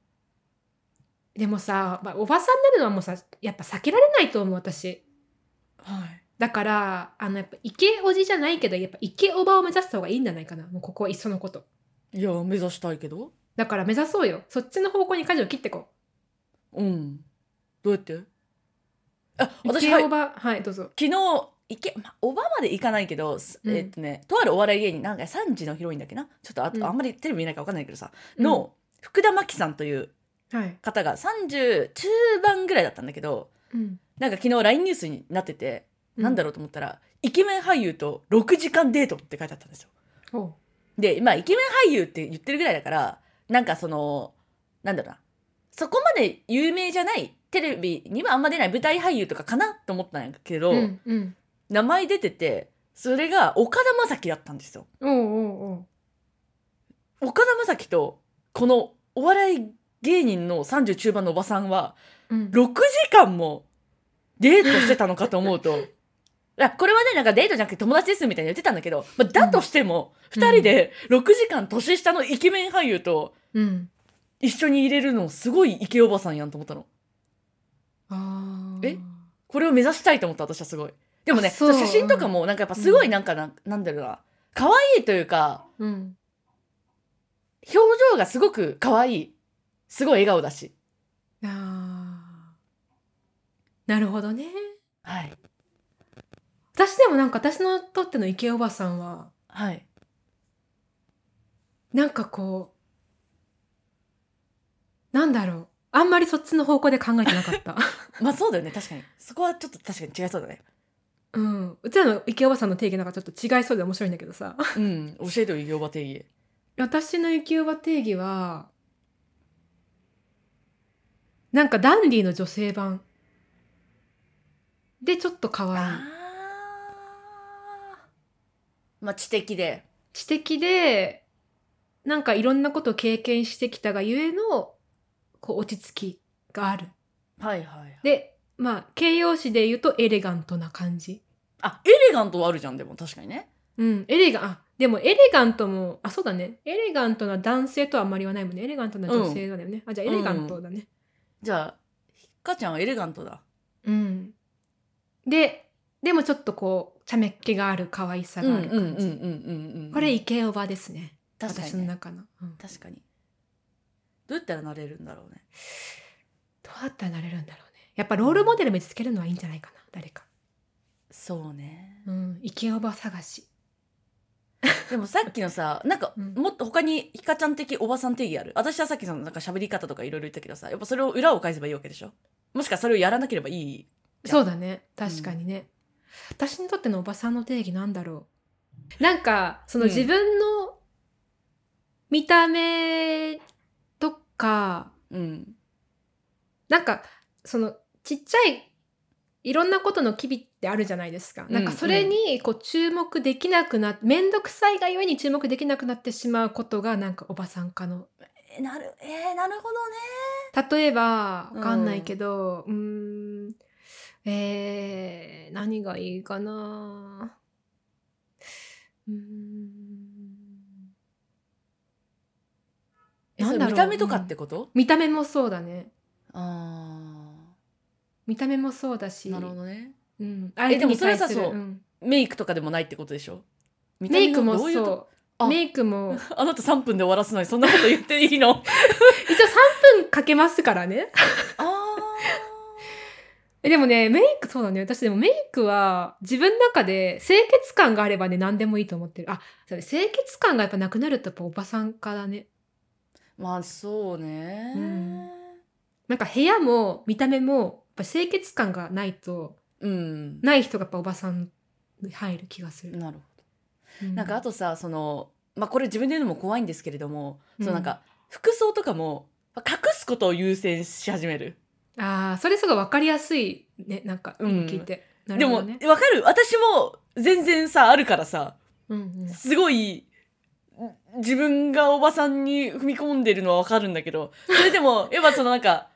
S2: でもさ、まあ、おばさんになるのはもうさやっぱ避けられないと思う私
S1: はい。
S2: だからあのやっぱイケおじじゃないけどやっぱイケおばを目指した方がいいんじゃないかなもうここはいっそのこと
S1: いや、目指したいけど。
S2: だから目指そうよそっちの方向に舵を切ってこ
S1: うん。どうやってあ、
S2: うイ
S1: 私、
S2: ケ
S1: はい
S2: お、ばはい、どうぞ
S1: 昨日行け、まあ、おばまで行かないけど、す
S2: うん
S1: えっとねとあるお笑い芸人なんか3時のヒロインだっけなちょっとあ,、
S2: うん
S1: あんまりテレビ見ないから分かんないけどさ、の福田真紀さんという
S2: うんはい、
S1: 方が30中盤ぐらいだったんだけど
S2: うん、
S1: なんか昨日 LINE ニュースになってて、なんだろうと思ったらイケメン俳優と6時間デートって書いてあったんですよ。
S2: うんお
S1: で、まあ、イケメン俳優って言ってるぐらいだから、なんかその、なんだろうな、そこまで有名じゃない、テレビにはあんま出ない舞台俳優とかかなと思ったんやけど、
S2: うんうん
S1: 名前出てて、それが岡田将生だったんですよ。
S2: おうおうおう
S1: 岡田将生と、このお笑い芸人の30中盤のおばさんは、
S2: うん
S1: 6時間もデートしてたのかと思う と、いやこれはね、なんかデートじゃなくて友達ですみたいに言ってたんだけど、まあ、だとしても、
S2: うん
S1: 2人で6時間年下のイケメン俳優と、
S2: うん
S1: 一緒に入れるのすごいイケおばさんやんと思ったの
S2: あー
S1: えこれを目指したいと思った私はすごいでもね
S2: あそう
S1: 写真とかもなんかやっぱすごいなんかな,、ん、なんだろうな可愛いというか
S2: うん
S1: 表情がすごく可愛いすごい笑顔だし
S2: あーなるほどね
S1: はい
S2: 私でもなんか私のとってのイケおばさんは
S1: はい
S2: なんかこう、なんだろう。あんまりそっちの方向で考えてなかった。
S1: まあそうだよね確かにそこはちょっと確かに違いそうだね
S2: うん。うちらの池おばさんの定義なんかちょっと違いそうで面白いんだけどさ。
S1: うん教えてよイケおば定義
S2: 私の池おば定義は、なんかダンディの女性版。で、ちょっと可愛い。
S1: あーまあ知的で
S2: 知的で、なんかいろんなことを経験してきたがゆえの、こう落ち着きがある。
S1: はいはいはい
S2: で、まあ、形容詞で言うとエレガントな感じ。
S1: あエレガントはあるじゃんでも確かにね
S2: うん、エレガン、あ、でもエレガントも、あ、そうだね。エレガントな男性とはあんまり言わないもんね。エレガントな女性だよね。あ、じゃあエレガントだね。
S1: じゃあひっかちゃんはエレガントだ
S2: うん。で、でもちょっとこう、ちゃめっ気がある可愛さがある感じ。
S1: うんうん
S2: これ、イケオバですね。
S1: 確かにね
S2: 私の中の。うんど
S1: 確かにどうやったらなれるんだろうね
S2: うやったらなれるんだろうね。やっぱロールモデル見つけるのはいいんじゃないかな。誰か。
S1: そうね
S2: うん、イケオバ探し。
S1: でもさっきの さなんか
S2: うん
S1: もっと他にひかちゃん的おばさん定義ある私はさっきのなんか喋り方とかいろいろ言ったけどさやっぱそれを裏を返せばいいわけでしょもしかそれをやらなければいいじゃん
S2: そうだね確かにね、私にとってのおばさんの定義なんだろうなんかその
S1: うん
S2: 自分の見た目とか、
S1: うん
S2: なんかそのちっちゃいいろんなことの機微ってあるじゃないですか、なんかそれにこう注目できなくなって面倒くさいがゆえに注目できなくなってしまうことがなんかおばさん化の
S1: えなるえー、なるほどね
S2: 例えばわかんないけどうーんえー、何がいいかなうーん
S1: えそれ
S2: なんだろう
S1: 見た目とかってこと、
S2: 見た目もそうだね
S1: あ
S2: 見た目もそうだし
S1: あなるほどね
S2: うん、あれ
S1: でもそれはさそう
S2: うん、
S1: メイクとかでもないってことでしょ見た
S2: メ
S1: 目
S2: イク
S1: の
S2: も
S1: どういうと
S2: そ
S1: あ
S2: うメイクも
S1: あなた3分で終わらすのにそんなこと言っていいの
S2: 一応3分かけますからね
S1: あ
S2: でもねメイクそうだね私でもメイクは自分の中で清潔感があればね何でもいいと思ってるあそうね清潔感がやっぱなくなるとやっぱおばさん化だね
S1: ーまあそうね、
S2: うんなんか部屋も見た目もやっぱ清潔感がないと
S1: うん、
S2: ない人がやっぱおばさんに入る気がする、
S1: なるほ
S2: う
S1: ど。なんかあ
S2: と
S1: とさ、その、まあ、これ自分で言うのも怖いんですけれども、
S2: うん
S1: そのなんか服装とかもまあ隠すことを優先し始める。
S2: あーそれすごい分かりやすいねなんか
S1: うん
S2: 聞いて、な
S1: で
S2: る
S1: も
S2: ほど
S1: わ、
S2: ね
S1: かる。私も全然さあるからさ、
S2: うんうん
S1: すごい。自分がおばさんに踏み込んでるのはわかるんだけど、それで も、やっぱそのなんか、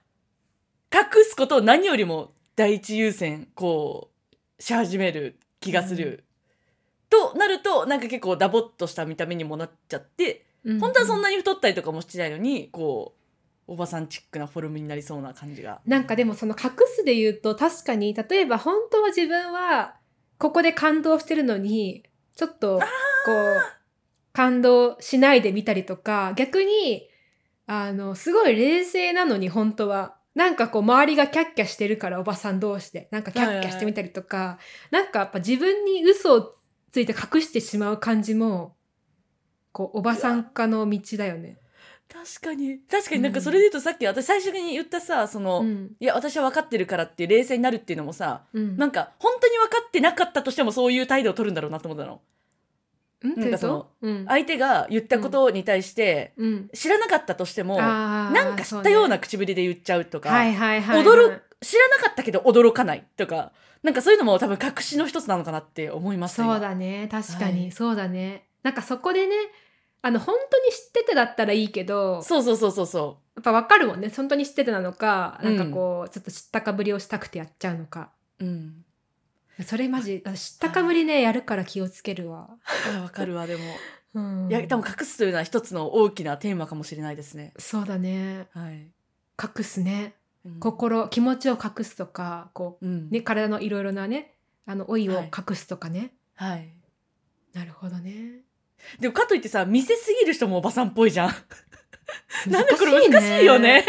S1: 隠すことを何よりも第一優先、こう、し始める気がする。となると、なんか結構ダボっとした見た目にもなっちゃって、
S2: うん
S1: 本当はそんなに太ったりとかもしてないのにこうおばさんチックなフォルムになりそうな感じが
S2: なんかでもその隠すで言うと確かに例えば本当は自分はここで感動してるのにちょっとこう感動しないで見たりとか逆にあのすごい冷静なのに本当はなんかこう周りがキャッキャしてるからおばさん同士でなんかキャッキャしてみたりとかなんかやっぱ自分に嘘をついて隠してしまう感じもこうおばさん化の道だよね。
S1: 確かに確かになんかそれで言うとさっき私最初に言ったさその、
S2: うん
S1: いや私は分かってるからって冷静になるっていうのもさ
S2: うん
S1: なんか本当に分かってなかったとしてもそういう態度を取るんだろうなと思ったの
S2: うん
S1: なんかその
S2: というとうん
S1: 相手が言ったことに対して
S2: うん
S1: 知らなかったとしてもな
S2: あー
S1: んか知ったよう
S2: そ
S1: な口ぶりで言っちゃうと
S2: うね
S1: か、
S2: はいはいはい、
S1: 驚く知らなかったけど驚かないとかなんかそういうのも多分隠しの一つなのかなって思いました
S2: そう
S1: 今
S2: だね確かに、
S1: はい
S2: そうだねなんかそこでねあの本当に知っててだったらいいけど
S1: そうそうそうそうそう
S2: やっぱ分かるもんね本当に知っててなのか、
S1: うん
S2: なんかこうちょっと知ったかぶりをしたくてやっちゃうのか
S1: うん、
S2: それマジあ知ったかぶりねやるから気をつけるわ、
S1: あわかるわでも、
S2: う ん、
S1: いや多分隠すというのは一つの大きなテーマかもしれないですね
S2: そうだね
S1: はい、
S2: 隠すね
S1: うん、
S2: 心気持ちを隠すとかこ
S1: うん
S2: う、ね、体のいろいろなねあの老いを隠すとかね、
S1: はい
S2: なるほどね
S1: でもかといってさ見せすぎる人もおばさんっぽいじゃん、 なんで
S2: だ
S1: これ難しいよね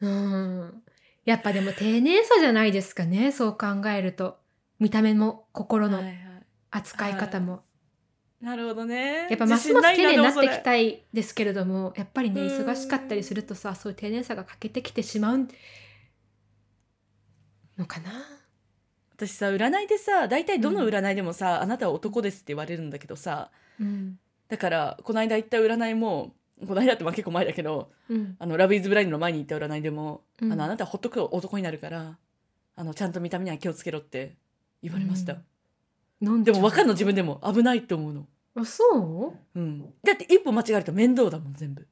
S2: うん。やっぱでも丁寧さじゃないですかね。そう考えると。見た目も心
S1: はい
S2: の
S1: はい
S2: 扱い方も。
S1: なるほどね
S2: やっぱますます丁寧になってき
S1: い
S2: たいですけれども、やっぱりね、
S1: うん
S2: 忙しかったりするとさ、そういう丁寧さが欠けてきてしまうのかな。
S1: 私さ占いでさ大体どの占いでもさ、あなたは男ですって言われるんだけどさ
S2: うん。
S1: だからこの間行った占いもこの間ってまあ結構前だけど
S2: うん。
S1: あのラブイズブラインドの前に行った占いでも、
S2: うん
S1: あのあなたはほっとく男になるからあのちゃんと見た目には気をつけろって言われました、
S2: 飲ん
S1: でも分かるの
S2: の
S1: 自分でも危ないって思うの、
S2: あ、そう
S1: うん、だって一歩間違えると面倒だもん全部、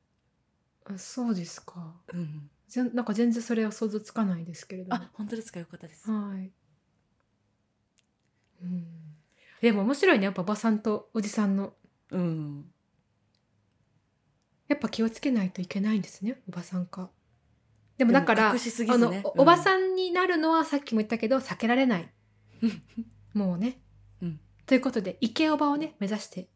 S2: あそうですか。
S1: うん、
S2: ぜんなんか全然それは想像つかないですけれども。
S1: あ本当ですかよかったです、
S2: はい。うん。でも面白いね。やっぱおばさんとおじさんの。
S1: うん、
S2: やっぱ気をつけないといけないんですね。おばさんか。でもだから、
S1: 隠しすぎ
S2: あ
S1: ず
S2: の、
S1: ね
S2: おおば
S1: ん、
S2: さんになるのはさっきも言ったけど、避けられない。もうね。
S1: うん
S2: ということで、イケおばをね、目指して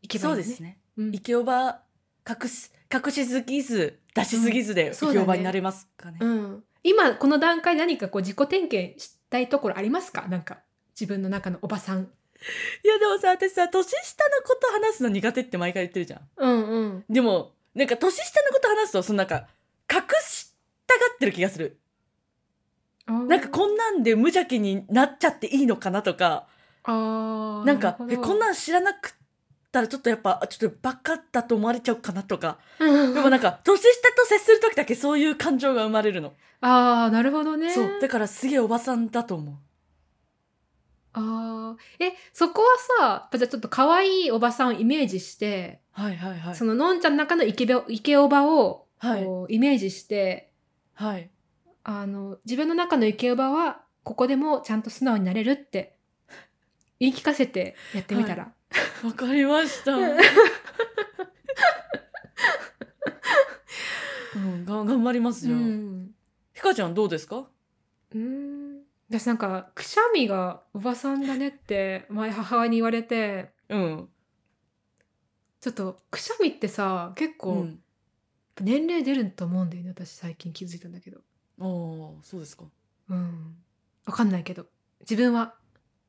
S2: いけ
S1: そ
S2: ばいいうね。
S1: です。ね
S2: うん、
S1: 生きおば隠し隠しすぎず出しすぎずで
S2: ん
S1: 生
S2: そう
S1: き
S2: だね
S1: おばになれますかね,、
S2: うん今、この段階何かこう自己点検したいところありますかなんか、自分の中のおばさん。
S1: いやでもさ私さ年下のこと話すの苦手って毎回言ってるじゃん
S2: うんうん。
S1: でもなんか年下のこと話すとそのなんか隠したがってる気がするなんかこんなんで無邪気になっちゃっていいのかなとか
S2: あー
S1: なんか
S2: るほ
S1: え
S2: ど
S1: こんなん知らなくったらちょっとやっぱあちょっとバカだと思われちゃうかなとか
S2: うん
S1: でもなんか年下と接する時だけそういう感情が生まれるの、
S2: ああなるほどね
S1: そうだからすげえおばさんだと思う
S2: あーえそこはさやっぱじゃあちょっと可愛いおばさんをイメージして、
S1: はいはいはい
S2: そののんちゃんの中のイケベイケおばを
S1: はい
S2: こうイメージして、
S1: はい
S2: あの自分の中のイケおばはここでもちゃんと素直になれるって言い聞かせてやってみたら、
S1: わかりました
S2: うん
S1: うん、が頑張ります
S2: う
S1: よ。
S2: ん
S1: ひかちゃんどうですか
S2: うーん私なんかくしゃみがおばさんだねって前母親に言われて
S1: うん。
S2: ちょっとくしゃみってさ結
S1: う
S2: 構
S1: ん。
S2: 年齢出ると思うんだよね私最近気づいたんだけど
S1: ああ、そうですか。
S2: うんわかんないけど自分は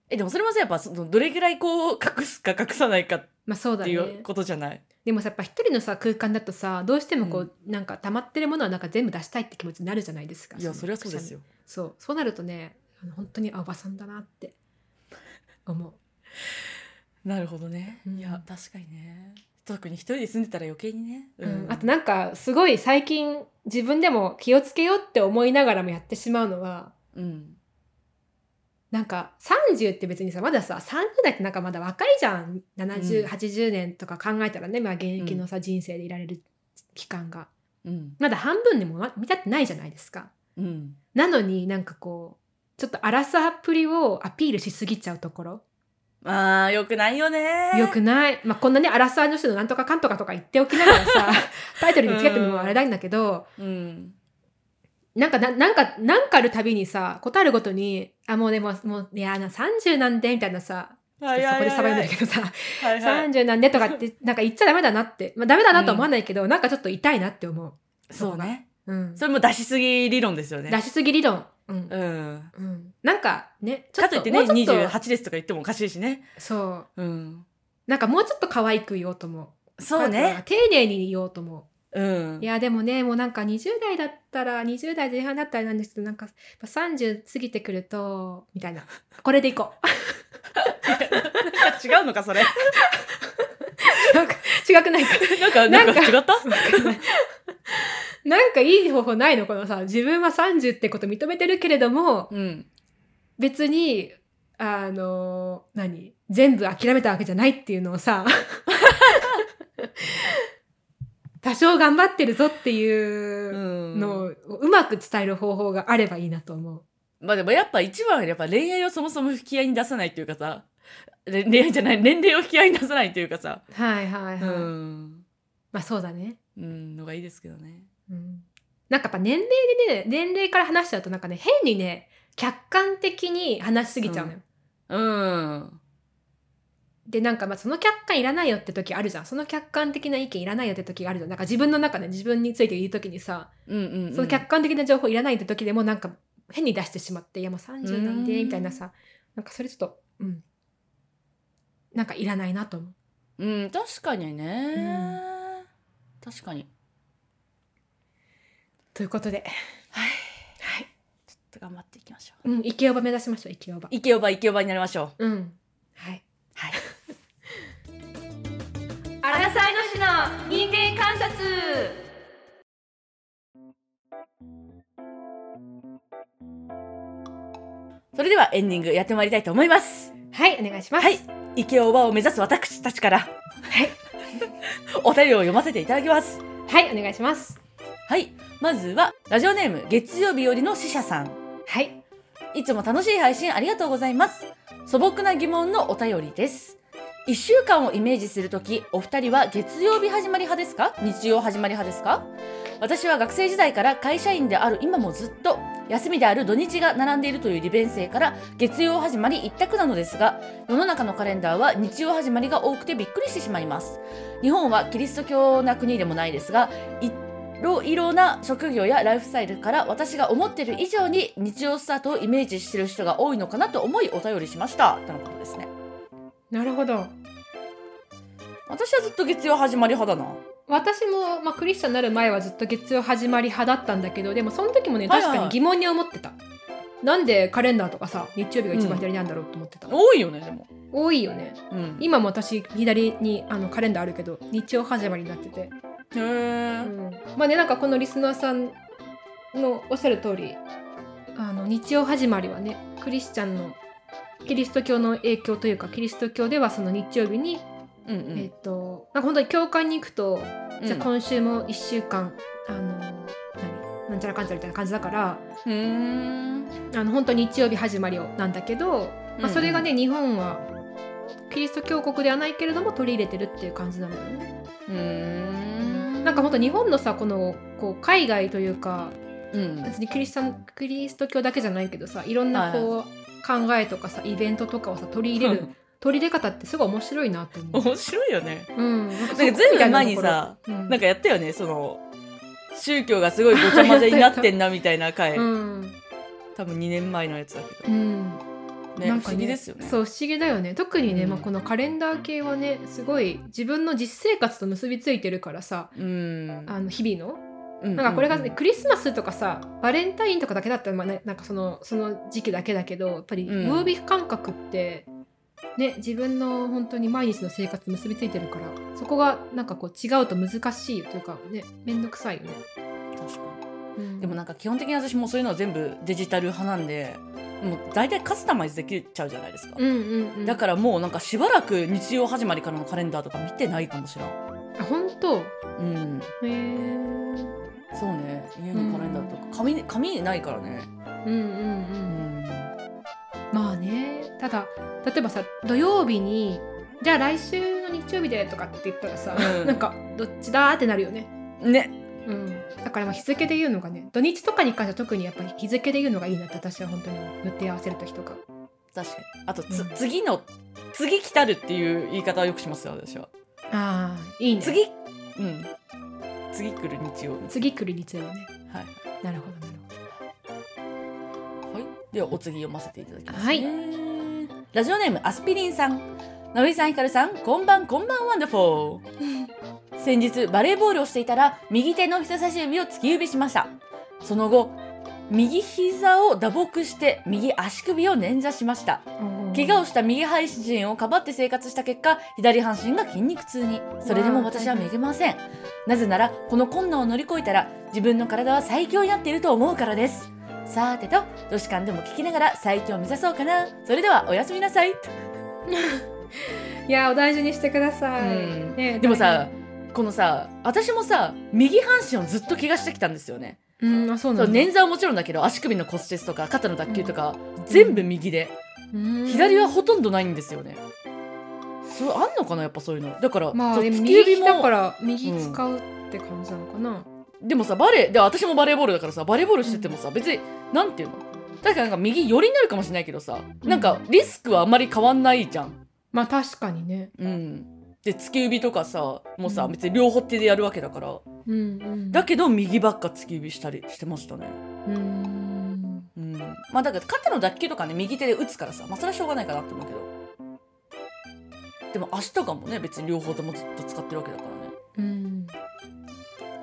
S1: え、でもそれもさ、やっぱそのどれぐらいこう隠すか隠さないかっ
S2: まあそうだ
S1: ていう
S2: ね
S1: ことじゃない。
S2: でもさやっぱ一人のさ空間だとさどうしてもこう、なんか溜まってるものはなんか全部出したいって気持ちになるじゃないですか
S1: いや、
S2: の
S1: そりゃそうですよ。
S2: くしゃみそうそうなるとねあの本当にあおばさんだなって思う
S1: なるほどね。
S2: うん
S1: いや、確かにね。特に一人で住んでたら余計にね。
S2: うん、あとなんかすごい最近自分でも気をつけようって思いながらもやってしまうのは
S1: うん。
S2: なんか30って別にさまださ30代ってなんかまだ若いじゃん
S1: うん
S2: 7080年とか考えたらね、まあ、現役のさ人生でいられる期間が
S1: うん。
S2: まだ半分でもま満たってないじゃないですか
S1: うん。
S2: なのになんかこうちょっと荒さっぷりをアピールしすぎちゃうところ
S1: ああ、よくないよね。
S2: よくない、まあ、こんなね荒さの人のなんとかかんとかとか言っておきなが らさタイトルにつけてるのもあれなんだけど、
S1: うん。
S2: なんかな、なんか、なんかあるたびにさ、ことあるごとに、あ、もうでも、もう、いや、な30なんで、みたいなさ、ちょっ
S1: は
S2: と
S1: い
S2: そ
S1: はいはいは
S2: こでさばいんだ
S1: い
S2: けどさ、
S1: はいはい。
S2: 30なんでと かって、なんか言っちゃダメだなって、まあダメだなとは思わないけど、なんかちょっと痛いなって思う。
S1: そうね。
S2: うん。
S1: それも出しすぎ理論ですよね。
S2: 出しすぎ理論。うん。
S1: うん。
S2: うん。なんかね、ちょ
S1: か
S2: っ
S1: と
S2: と、
S1: いって
S2: も
S1: ね、
S2: うちょっと
S1: 28ですとか言ってもおかしいしね。
S2: そう。
S1: うん。
S2: なんかもうちょっと可愛く言おうと思う。
S1: そう
S2: なんか
S1: ね。
S2: 丁寧に言おうと思う。
S1: うん
S2: い。やでもねもうなんか20代だったら20代前半だったらなんですけどなんかやっぱ30過ぎてくるとみたいなこれでいこう
S1: 違うのか、そ れ。
S2: なんか違くないか
S1: なんか、
S2: な
S1: なんん
S2: か
S1: か違った
S2: なんかいい方法ないのこのさ自分は30ってこと認めてるけれども
S1: うん。
S2: 別にあの何全部諦めたわけじゃないっていうのを さ多少頑張ってるぞっていう
S1: うん。
S2: のをうまく伝える方法があればいいなと思う。
S1: まあでもやっぱ一番はやっぱ恋愛をそもそも引き合いに出さないっていうかさ、れ恋愛じゃない、年齢を引き合いに出さないっていうかさ、
S2: はいはいはい。
S1: うん。
S2: まあそうだね。
S1: うん、のがいいですけどね。
S2: うんなんかやっぱ年齢でね年齢から話しちゃうとなんかね変にね客観的に話しすぎちゃうのよ。
S1: うん。
S2: でなんかまあその客観いらないよって時あるじゃんその客観的な意見いらないよって時があるじゃんなんか自分の中で自分について言う時にさ
S1: うんうん、うん。
S2: その客観的な情報いらないって時でもなんか変に出してしまって「いやもう30なんで」みたいなさなんかそれちょっとうんなんかいらないなと思う。
S1: うん、確かにね。確かに。
S2: ということで、
S1: はい。
S2: はい
S1: ちょっと頑張っていきましょう。
S2: うん、池おば目指しましょう池おば。
S1: イケオバ、イケオバになりましょう。
S2: うんはい
S1: はい。
S2: アラサイの市の人間観察
S1: それではエンディングやってまいりたいと思います。
S2: はいお願いします
S1: はい。イケオバを目指す私たちから、
S2: はい、
S1: お便りを読ませていただきます。
S2: はいお願いします
S1: はい。まずは、ラジオネーム、月曜日よりの死者さん。
S2: はい
S1: いつも楽しい配信ありがとうございます。素朴な疑問のお便りです。一週間をイメージするとき、お二人は月曜日始まり派ですか日曜始まり派ですか私は学生時代から会社員である今もずっと、休みである土日が並んでいるという利便性から、月曜始まり一択なのですが、世の中のカレンダーは日曜始まりが多くてびっくりしてしまいます。日本はキリスト教な国でもないですが、いいろいろな職業やライフスタイルから私が思ってる以上に日曜スタートをイメージしてる人が多いのかなと思いお便りしましたとのことですね
S2: なるほど
S1: 私はずっと月曜始まり派だな
S2: 私も、まあ、クリスチャンになる前はずっと月曜始まり派だったんだけどでもその時もね
S1: はい
S2: 確
S1: はい
S2: かに疑問に思ってた、なんでカレンダーとかさ日曜日が一番左なんだろうと思ってた、
S1: 多いよねでも
S2: 多いよね
S1: うん
S2: 今も私左にあのカレンダーあるけど日曜始まりになってて、
S1: へ
S2: う
S1: ー
S2: ん、まあねなんかこのリスナーさんのおっしゃる通りあの日曜始まりはねクリスチャンのキリスト教の影響というかキリスト教ではその日曜日に、
S1: うんう
S2: えっ
S1: ん
S2: となんか本当に教会に行くとじゃあ
S1: うん
S2: 今週も1週間あの何なんちゃらかんちゃらみたいな感じだから
S1: うーん
S2: あの本当に日曜日始まりをなんだけど、
S1: うんう
S2: まあ、
S1: ん
S2: それがね、日本はキリスト教国ではないけれども取り入れてるっていう感じなのよね。
S1: うーん
S2: なんか本当日本のさこのこう海外というか
S1: うん
S2: 別にクリスチャンクリスト教だけじゃないけどさいろんなこう、考えとかさイベントとかをさ取り入れる取り入れ方ってすごい面白いなって思う。
S1: 面白いよね
S2: うん、なん
S1: なんか前回前にさ
S2: そこみたいなところ、うん
S1: なんかやったよねその宗教がすごいごちゃ混ぜになってんなみたいな回、
S2: うん、
S1: 多分2年前のやつだけど
S2: う、ん、
S1: ね不思議ですよね
S2: そう不思議だよね特にね、
S1: うん
S2: まあ、このカレンダー系はねすごい自分の実生活と結びついてるからさ
S1: うん
S2: あの日々の
S1: な
S2: なんかこれがね、クリスマスとかさバレンタインとかだけだったら、まあね、なんかそのその時期だけだけどやっぱり
S1: うん
S2: 曜日感覚って、ね、自分の本当に毎日の生活と結びついてるからそこがなんかこう違うと難しいというかね面倒くさいよね。
S1: 確かに
S2: うん
S1: でもなんか基本的に私もうそういうのは全部デジタル派なんでもう大体カスタマイズできちゃうじゃないですか、
S2: うんうんうん、
S1: だからもうなんかしばらく日曜始まりからのカレンダーとか見てないかもしれん
S2: あ本当へ
S1: うん
S2: ー
S1: そうね家のカレンダーとか紙紙ないからね
S2: う
S1: う
S2: んうんう
S1: んん
S2: まあねただ例えばさ土曜日にじゃあ来週の日曜日でとかって言ったらさ、
S1: うん
S2: なんかどっちだーってなるよね、
S1: ね
S2: うん、だからまあ日付で言うのがね土日とかに関しては特にやっぱり日付で言うのがいいなって私は本当に予定合わせる時とか
S1: 確かにあとつ、
S2: うん
S1: 次の次来たるっていう言い方をよくしますよ私は
S2: ああいいね
S1: 次うん次来る日曜はい
S2: 次来る日曜ね
S1: はい
S2: なるほどなるほど
S1: ではお次読ませていただきます、ね、
S2: はい
S1: ラジオネームアスピリンさんナウイさんひかるさんこんばんこんばんワンダフォー先日バレーボールをしていたら右手の人差し指を突き指しましたその後右膝を打撲して右足首を捻挫しました怪我をした右半身をかばって生活した結果左半身が筋肉痛にそれでも私はめげませんなぜならこの困難を乗り越えたら自分の体は最強になっていると思うからですさてと女子間でも聞きながら最強を目指そうかなそれではおやすみなさい
S2: いやーお大事にしてください、
S1: うん
S2: ね
S1: でもさこのさ私もさ右半身をずっと怪我してきたんですよね、
S2: うんあそ
S1: そ
S2: うな
S1: うん
S2: だ
S1: 捻挫はもちろんだけど足首の骨折とか肩の脱臼とか、全部右で
S2: うん
S1: 左はほとんどないんですよね。そうあんのかなやっぱそういうのだから、
S2: まあ
S1: そう
S2: でも
S1: 突き
S2: 右
S1: 指
S2: 利きだか
S1: も
S2: ら右使うって感じなのかな、
S1: でもさバレーで私もバレーボールだからさバレーボールしててもさ別になんていうの確かなんか右寄りになるかもしれないけどさ、
S2: うん
S1: なんかリスクはあんまり変わんないじゃん。
S2: まあ確かにね
S1: うん、で突き指とかさもうさ、
S2: うん
S1: 別に両方手でやるわけだから
S2: うんうん
S1: だけど右ばっか突き指したりしてましたね。
S2: うん
S1: うん、まあだから肩の脱臼とかね右手で打つからさまあそれはしょうがないかなって思うけどでも足とかもね別に両方ともずっと使ってるわけだからね。
S2: うん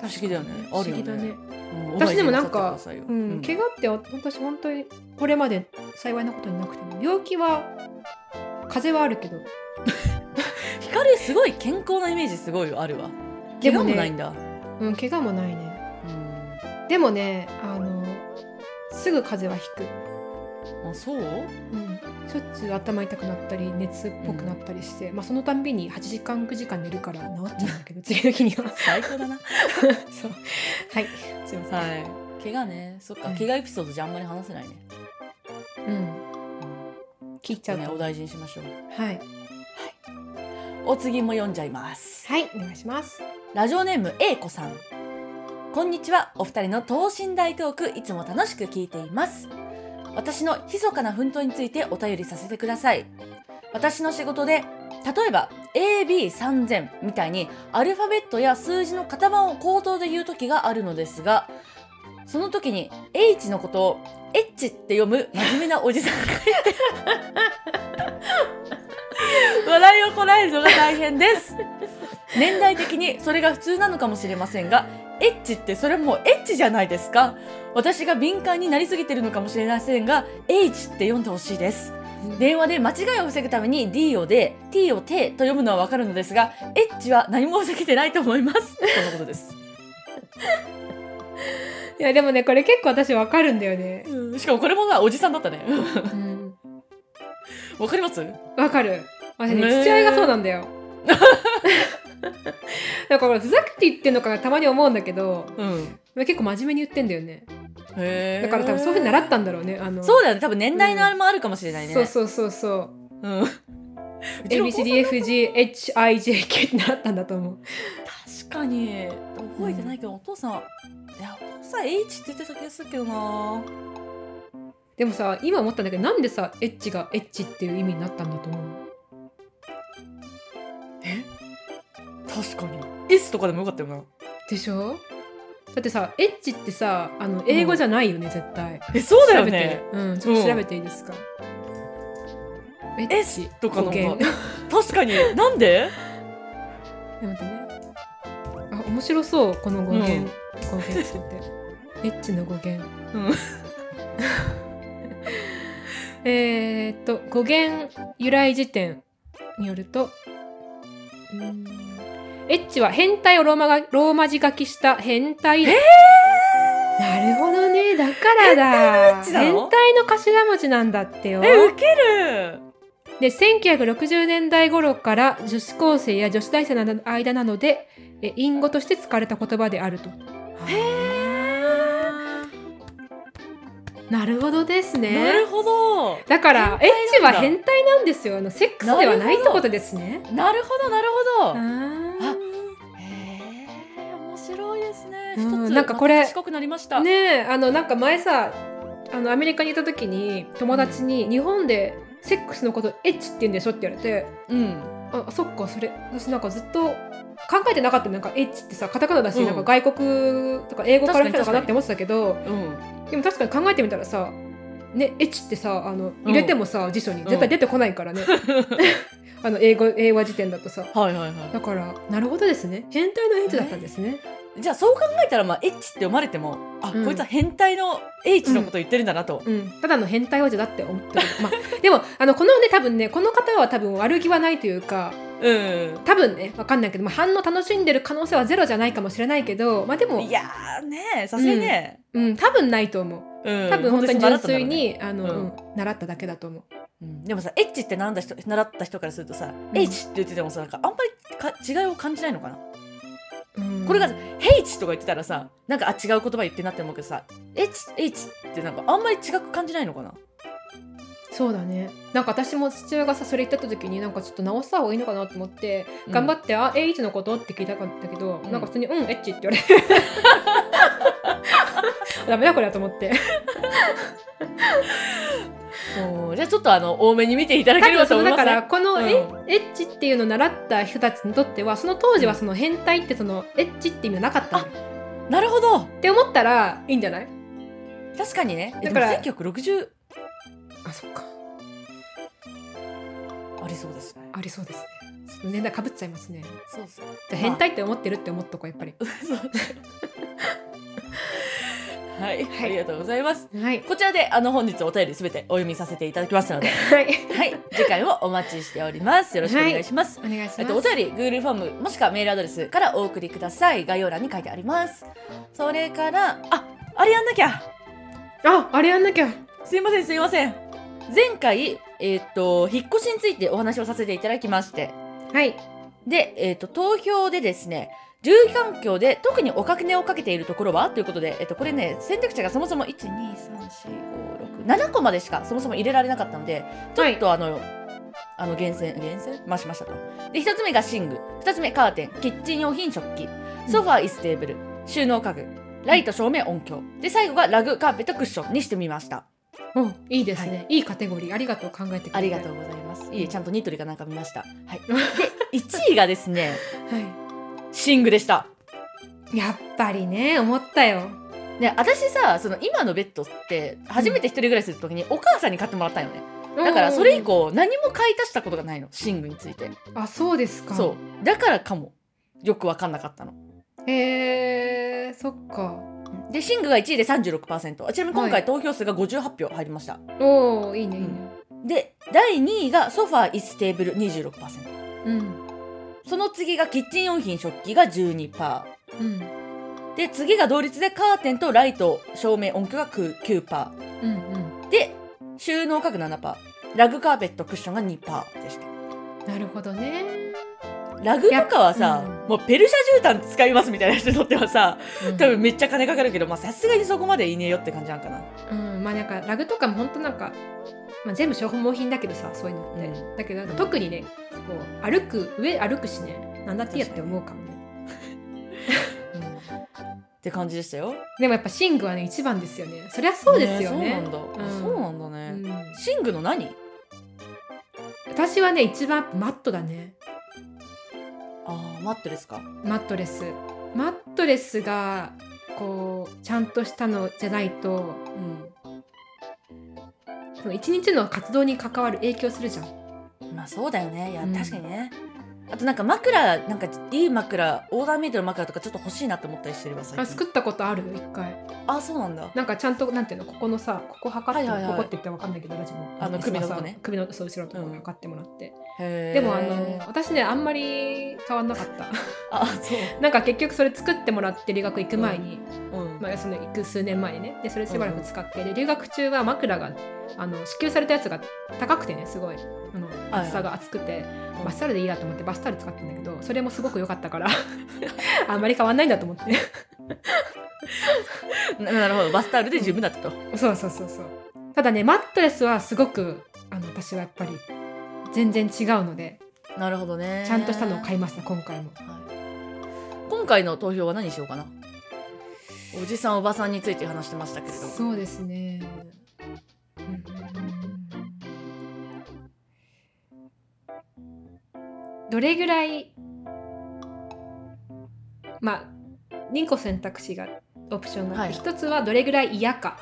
S1: 不思議だよね
S2: 不思議だ
S1: ある
S2: ね
S1: ようん
S2: 私でもな
S1: お大事になさって
S2: んか
S1: くださいよ
S2: うん、怪我って私本当にこれまで幸いなことになくても病気は風邪はあるけど
S1: 光すごい健康なイメージすごいあるわ怪
S2: でも
S1: 我も
S2: ね
S1: ないんだ、
S2: うん怪我もないね
S1: うん
S2: でもねあのすぐ風邪はひく、
S1: あそう
S2: うん、しょっちゅう頭痛くなったり熱っぽくなったりして、まあ、そのたんびに8時間9時間寝るから治っちゃうん だけど次の日には
S1: 最高だな
S2: そうはいすいません、
S1: はい怪我ねそっか、
S2: うん
S1: 怪我エピソードじゃあんまり話せないね
S2: うん、聞いちゃう
S1: ね
S2: と
S1: お大事にしましょう
S2: はい
S1: お次も読んじゃいます
S2: はいお願いします
S1: ラジオネーム A 子さんこんにちはお二人の等身大トークいつも楽しく聞いています私の密かな奮闘についてお便りさせてください私の仕事で例えば AB3000 みたいにアルファベットや数字の型番を口頭で言う時があるのですがその時に H のことを H って読む真面目なおじさんがいて笑いをこらえるのが大変です年代的にそれが普通なのかもしれませんがエッチってそれもうエッチじゃないですか私が敏感になりすぎてるのかもしれませんが H って読んでほしいです電話で間違いを防ぐために D をで T を T と読むのはわかるのですが H は何も防げてないと思いますこんなことです、
S2: いやでもねこれ結構私わかるんだよね
S1: うんしかもこれもなおじさんだったね
S2: うん
S1: わかります
S2: わかる私
S1: ね
S2: ね
S1: え
S2: 父親がそうなん だよなんかこれふざけて言ってんのかたまに思うんだけど
S1: うん
S2: 結構真面目に言ってんだよね
S1: へー
S2: だから多分そういうふうに習ったんだろうねあの
S1: そうだよね多分年代のあれもあるかもしれないね、
S2: そうそうそうそ
S1: う
S2: う
S1: んうちのお父さん
S2: ABCDFGHIJK ってなったんだと思う
S1: 確かに覚えてないけど、お父さんいやお父さん H って言ってた気がするけどな
S2: でもさ今思ったんだけどなんでさエッチがエッチっていう意味になったんだと思う
S1: 確かに S とかでもよかったよな
S2: でしょだってさエッチってさあの英語じゃないよね、絶対
S1: えそうだよ
S2: 調べ
S1: ね
S2: てうんちょっと調べていいですか、エ
S1: S とかの
S2: 語
S1: 方
S2: 源
S1: が確かになんで
S2: え待ってねあ面白そうこの語源、
S1: うん
S2: 語源つい てエッチの語源
S1: うん
S2: えーっと語源由来辞典によるとうーんエッチは変態をローマがローマ字書きした変態なるほどねだからだ
S1: 変態のエッチなの
S2: 変態の頭文字なんだってよ
S1: えウケる
S2: で1960年代頃から女子高生や女子大生の間なのでえ隠語として使われた言葉であるとなるほどです
S1: な
S2: ね
S1: るほど
S2: だからエ
S1: 変
S2: ッチ
S1: 態な
S2: は
S1: んだ
S2: 変態なんですよあのセックスではないってことですね
S1: なるほどなるほど、
S2: あ
S1: へえ面白いですね。
S2: う
S1: 一
S2: ん
S1: つ
S2: なんかこれ
S1: また賢くなりました。
S2: ーねえあのなんか前さあのアメリカにいた時に友達に日本でセックスのことエッチって言うんでしょって言われて
S1: うん。
S2: あそっかそれ私なんかずっと考えてなかったなんかエッチってさカタカナだし、
S1: うん
S2: なんか外国とか英語から来たのかなって思ってたけど
S1: うん。
S2: でも確かに考えてみたらさねエッチってさあの入れてもさ、辞書に
S1: ん
S2: 絶対出てこない からね、あの英語英和辞典だとさ
S1: はいはいは
S2: だからなるほどですね変態のエッチだったんですね、
S1: い。じゃあそう考えたらまあエッチって読まれても、あ、
S2: うん
S1: こいつは変態の H のこと言ってるんだなと。
S2: うん、ただの変態王子だって思ってる、まあ、でもあのこのね多分ねこの方は多分悪気はないというか
S1: うん。
S2: 多分ねわかんないけど、まあ、反応楽しんでる可能性はゼロじゃないかもしれないけどまあでも
S1: いやーねえ、さすがにね。
S2: うん、多分ないと思う。
S1: うん。
S2: 多分本当に純粋
S1: に習ったんだろうね。
S2: に、あの、
S1: うん
S2: うん習っただけだと思う。
S1: うんでもさ、エッチって習った人習った人からするとさ、
S2: ん
S1: H って言っててもさ、なんかあんまりか違いを感じないのかな。
S2: うん
S1: これが H とか言ってたらさ、なんかあ違う言葉言ってんなって思うけどさ、H H ってなんかあんまり違く感じないのかな。
S2: そうだね。なんか私も父親がさそれ言ってた時になんかちょっと直した方がいいのかなと思って、
S1: うん
S2: 頑張ってあエイチのことって聞いたかったけど、
S1: うん
S2: なんか普通にうんエッチって言われて。 ダメだこれはと思って。
S1: そうじゃあちょっとあの多めに見ていただ
S2: だ
S1: けれ
S2: けど
S1: ばと
S2: その
S1: 思い
S2: だ
S1: ま
S2: か
S1: す、ね。
S2: らこの
S1: うん
S2: エッエッチっていうのを習った人たちにとってはその当時はその変態ってそのエッチって意味はなかったのっ
S1: なるほど。
S2: て思ったらいいんじゃない？
S1: 確かにね。え
S2: だから
S1: でも1960
S2: あそっか
S1: ありそうですね。
S2: ありそうですね。ちょっと年代かぶっちゃいますね。
S1: そう そう。
S2: じゃあ変態って思ってるって思っとこうやっぱり。
S1: はい、
S2: はい
S1: ありがとうございます。
S2: はい。
S1: こちらであの本日お便りすべてお読みさせていただきますので、
S2: はい。
S1: はい、次回もお待ちしております。よろしくお願いします。
S2: お願いします。
S1: えっと、お便り、Google フォーム、もしくはメールアドレスからお送りください。概要欄に書いてあります。それから、あ、あれやんなきゃ
S2: あ、あれやんなきゃ。
S1: すいませんすいません前回えっ、と引っ越しについてお話をさせていただきまして
S2: はい。
S1: でえっ、と投票でですね住居環境で特にお金をかけているところはということで、えっと、これね選択肢がそもそも1234567個までしかそもそも入れられなかったのでちょっとあの、あの厳選厳選回しましたとで1つ目が寝具2つ目カーテンキッチン用品食器ソファー椅子テーブル収納家具ライト照明音響で最後がラグカーペットクッションにしてみました
S2: うん、いいですね、い。いカテゴリー。ありがとう考えてくれて。
S1: ありがと
S2: う。
S1: うございます。いえ、ちゃんとニトリかなんか見ました。はい。で、1位がですね、
S2: は
S1: 寝具でした。
S2: い。やっぱりね、思ったよ。
S1: ね、私さ、その今のベッドって、初めて一人暮らしするときにお母さんに買ってもらったんよね。だからそれ以降、何も買い足したことがないの、寝具について。
S2: うん。あ、そうですか。
S1: そう。だからかも。よくわかんなかったの。
S2: う。へえー、そっか。
S1: で、寝具が1位で36%。ちなみに今
S2: は
S1: 回
S2: い
S1: 投票数が58票入りました。
S2: おお、いいね、いいね。
S1: で、第2位がソファー、椅子、テーブル26%。
S2: うん。
S1: その次がキッチン用品、食器が12%。
S2: うん。
S1: で次が同率でカーテンとライト照明音響が 9%, パ
S2: うん。うん。
S1: ーで収納家具7%パーラグカーペットクッションが2%パーでした
S2: なるほどね。
S1: ラグとかはさ
S2: やっ、
S1: もうペルシャ絨毯使いますみたいな人にとってはさ
S2: うん
S1: 多分めっちゃ金かかるけどまあさすがにそこまでいいねよって感じなんかな
S2: うん、まあなんかラグとかも本当なんかまあ、全部消耗品だけどさそういうのって、
S1: う
S2: だけどなんか特にねこう歩く上歩くしねなんだっていいやって思うかもね
S1: って感じでしたよ。
S2: でもやっぱ寝具はね一番ですよねそりゃそうですよね
S1: えそうなんだ。
S2: うん
S1: そうなんだね。
S2: うん
S1: 寝具の何？
S2: 私はね一番マットだね
S1: ああ、マットレスか。
S2: マットレスマットレスがこうちゃんとしたのじゃないと
S1: う
S2: その一日の活動に関わる影響するじゃん
S1: ん。まあそうだよね。いや、
S2: うん
S1: 確かにね。あとなんか枕なんかいい枕オーダーメイドの枕とかちょっと欲しいなって思ったりしてれば最
S2: あ
S1: 近
S2: 作ったことある一回
S1: あそうなんだ
S2: なんかちゃんとなんていうのここのさここ測って、
S1: はいはいはい
S2: ここって言ったらわかんないけどラジオ
S1: あの首のとこね
S2: さ首のそう後ろのとこ
S1: うん
S2: 測ってもらって、
S1: へー
S2: でもあの私ねあんまり変わんなかった
S1: あそう
S2: なんか結局それ作ってもらって留学行く前に、
S1: うん、
S2: まあ、その行く数年前にねでそれしばらく使って、で留学中は枕があの支給されたやつが高くてねすごいあの
S1: はい
S2: 厚さが厚くて、バスタオルでいいやと思ってバスタオル使ったんだけどそれもすごく良かったから あんまり変わんないんだと思って
S1: ななるほどバスタオルで十分だったと、
S2: そうそうそうそうただねマットレスはすごくあの私はやっぱり全然違うので
S1: なるほどね
S2: ちゃんとしたのを買いました今回も
S1: はい今回の投票は何にしようかなおじさんおばさんについて話してましたけれど
S2: そうですねうんどれぐらいまあ2個選択肢がオプションがあって、
S1: は
S2: 一つはどれぐらい嫌か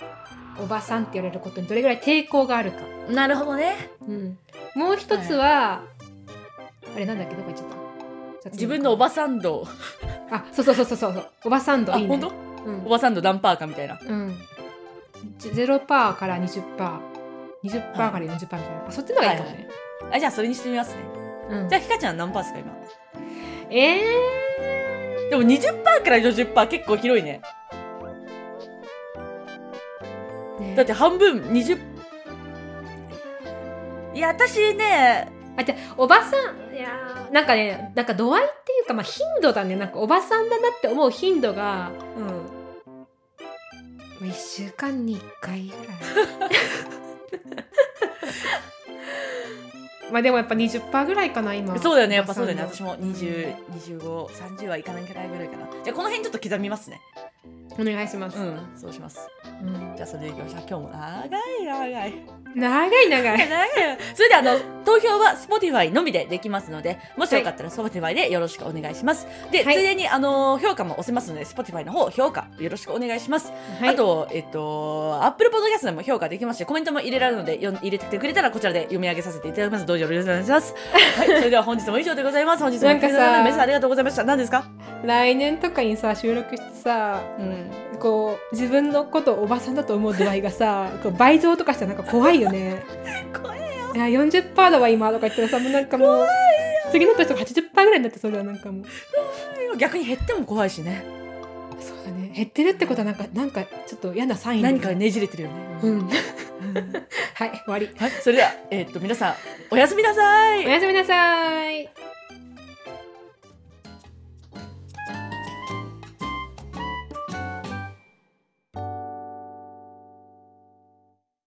S2: おばさんって言われることにどれぐらい抵抗があるか
S1: なるほどね
S2: うん、もう一つは、あれなんだっけどこ行っちゃった
S1: 自分のおばさん度
S2: あそうそうそうそうそうおばさん度
S1: あ
S2: いいね
S1: 本当
S2: うん
S1: おばさん度何パーかみたいな
S2: うんじ0%から20%20% 20%から40%みたいな、あそっちの方がいいかもね、
S1: あじゃあそれにしてみますね
S2: うん
S1: じゃあひかちゃん何パーですか今
S2: え
S1: でも20%から40%結構広いね
S2: ーね
S1: だって半分20いや私ね
S2: あじゃあおばさんいやーなんかねなんか度合いっていうか、まあ、頻度だねなんかおばさんだなって思う頻度が
S1: うん
S2: 1週間に1回 ぐらいまあでもやっぱ20%ぐらいかな今
S1: そうだよねやっぱそうだよね
S2: おば
S1: 私
S2: さん
S1: も202530はいかないくらいぐらいかなじゃあこの辺ちょっと刻みますね
S2: のお願いします、
S1: うんそうします
S2: うん
S1: じゃあそれでいきましょう今日も長い長い
S2: 長い長い
S1: それであの投票は Spotify のみでできますのでもしよかったら Spotify でよろしくお願いしますで、
S2: はい
S1: ついでにあの評価も押せますので Spotify の方評価よろしくお願いします、
S2: はい
S1: あとえっと Apple Podcast でも評価できますしコメントも入れられるのでよん入れてきてくれたらこちらで読み上げさせていただきますどうぞよろしくお願いします はいそれでは本日も以上でございます本日も
S2: なんかさ
S1: お聞きいただき皆さんありがとうございました何ですか
S2: 来年とかにさ収録してさ
S1: うん
S2: こう自分のことをおばさんだと思う度合いがさこう倍増とかしたらなんか怖いよね
S1: 怖
S2: いよいや40%だわ今とか言ったらさもうなんかもう次の年とか80%ぐらいになってそうだなんかもう
S1: 逆に減っても怖いしね
S2: そうだね減ってるってことはなんかなんかちょっと嫌なサインだね
S1: 何かねじれてるよね、
S2: うん
S1: うん
S2: はい、終わり。
S1: はいそれではえっと皆さんおやすみなさい
S2: おやすみなさい。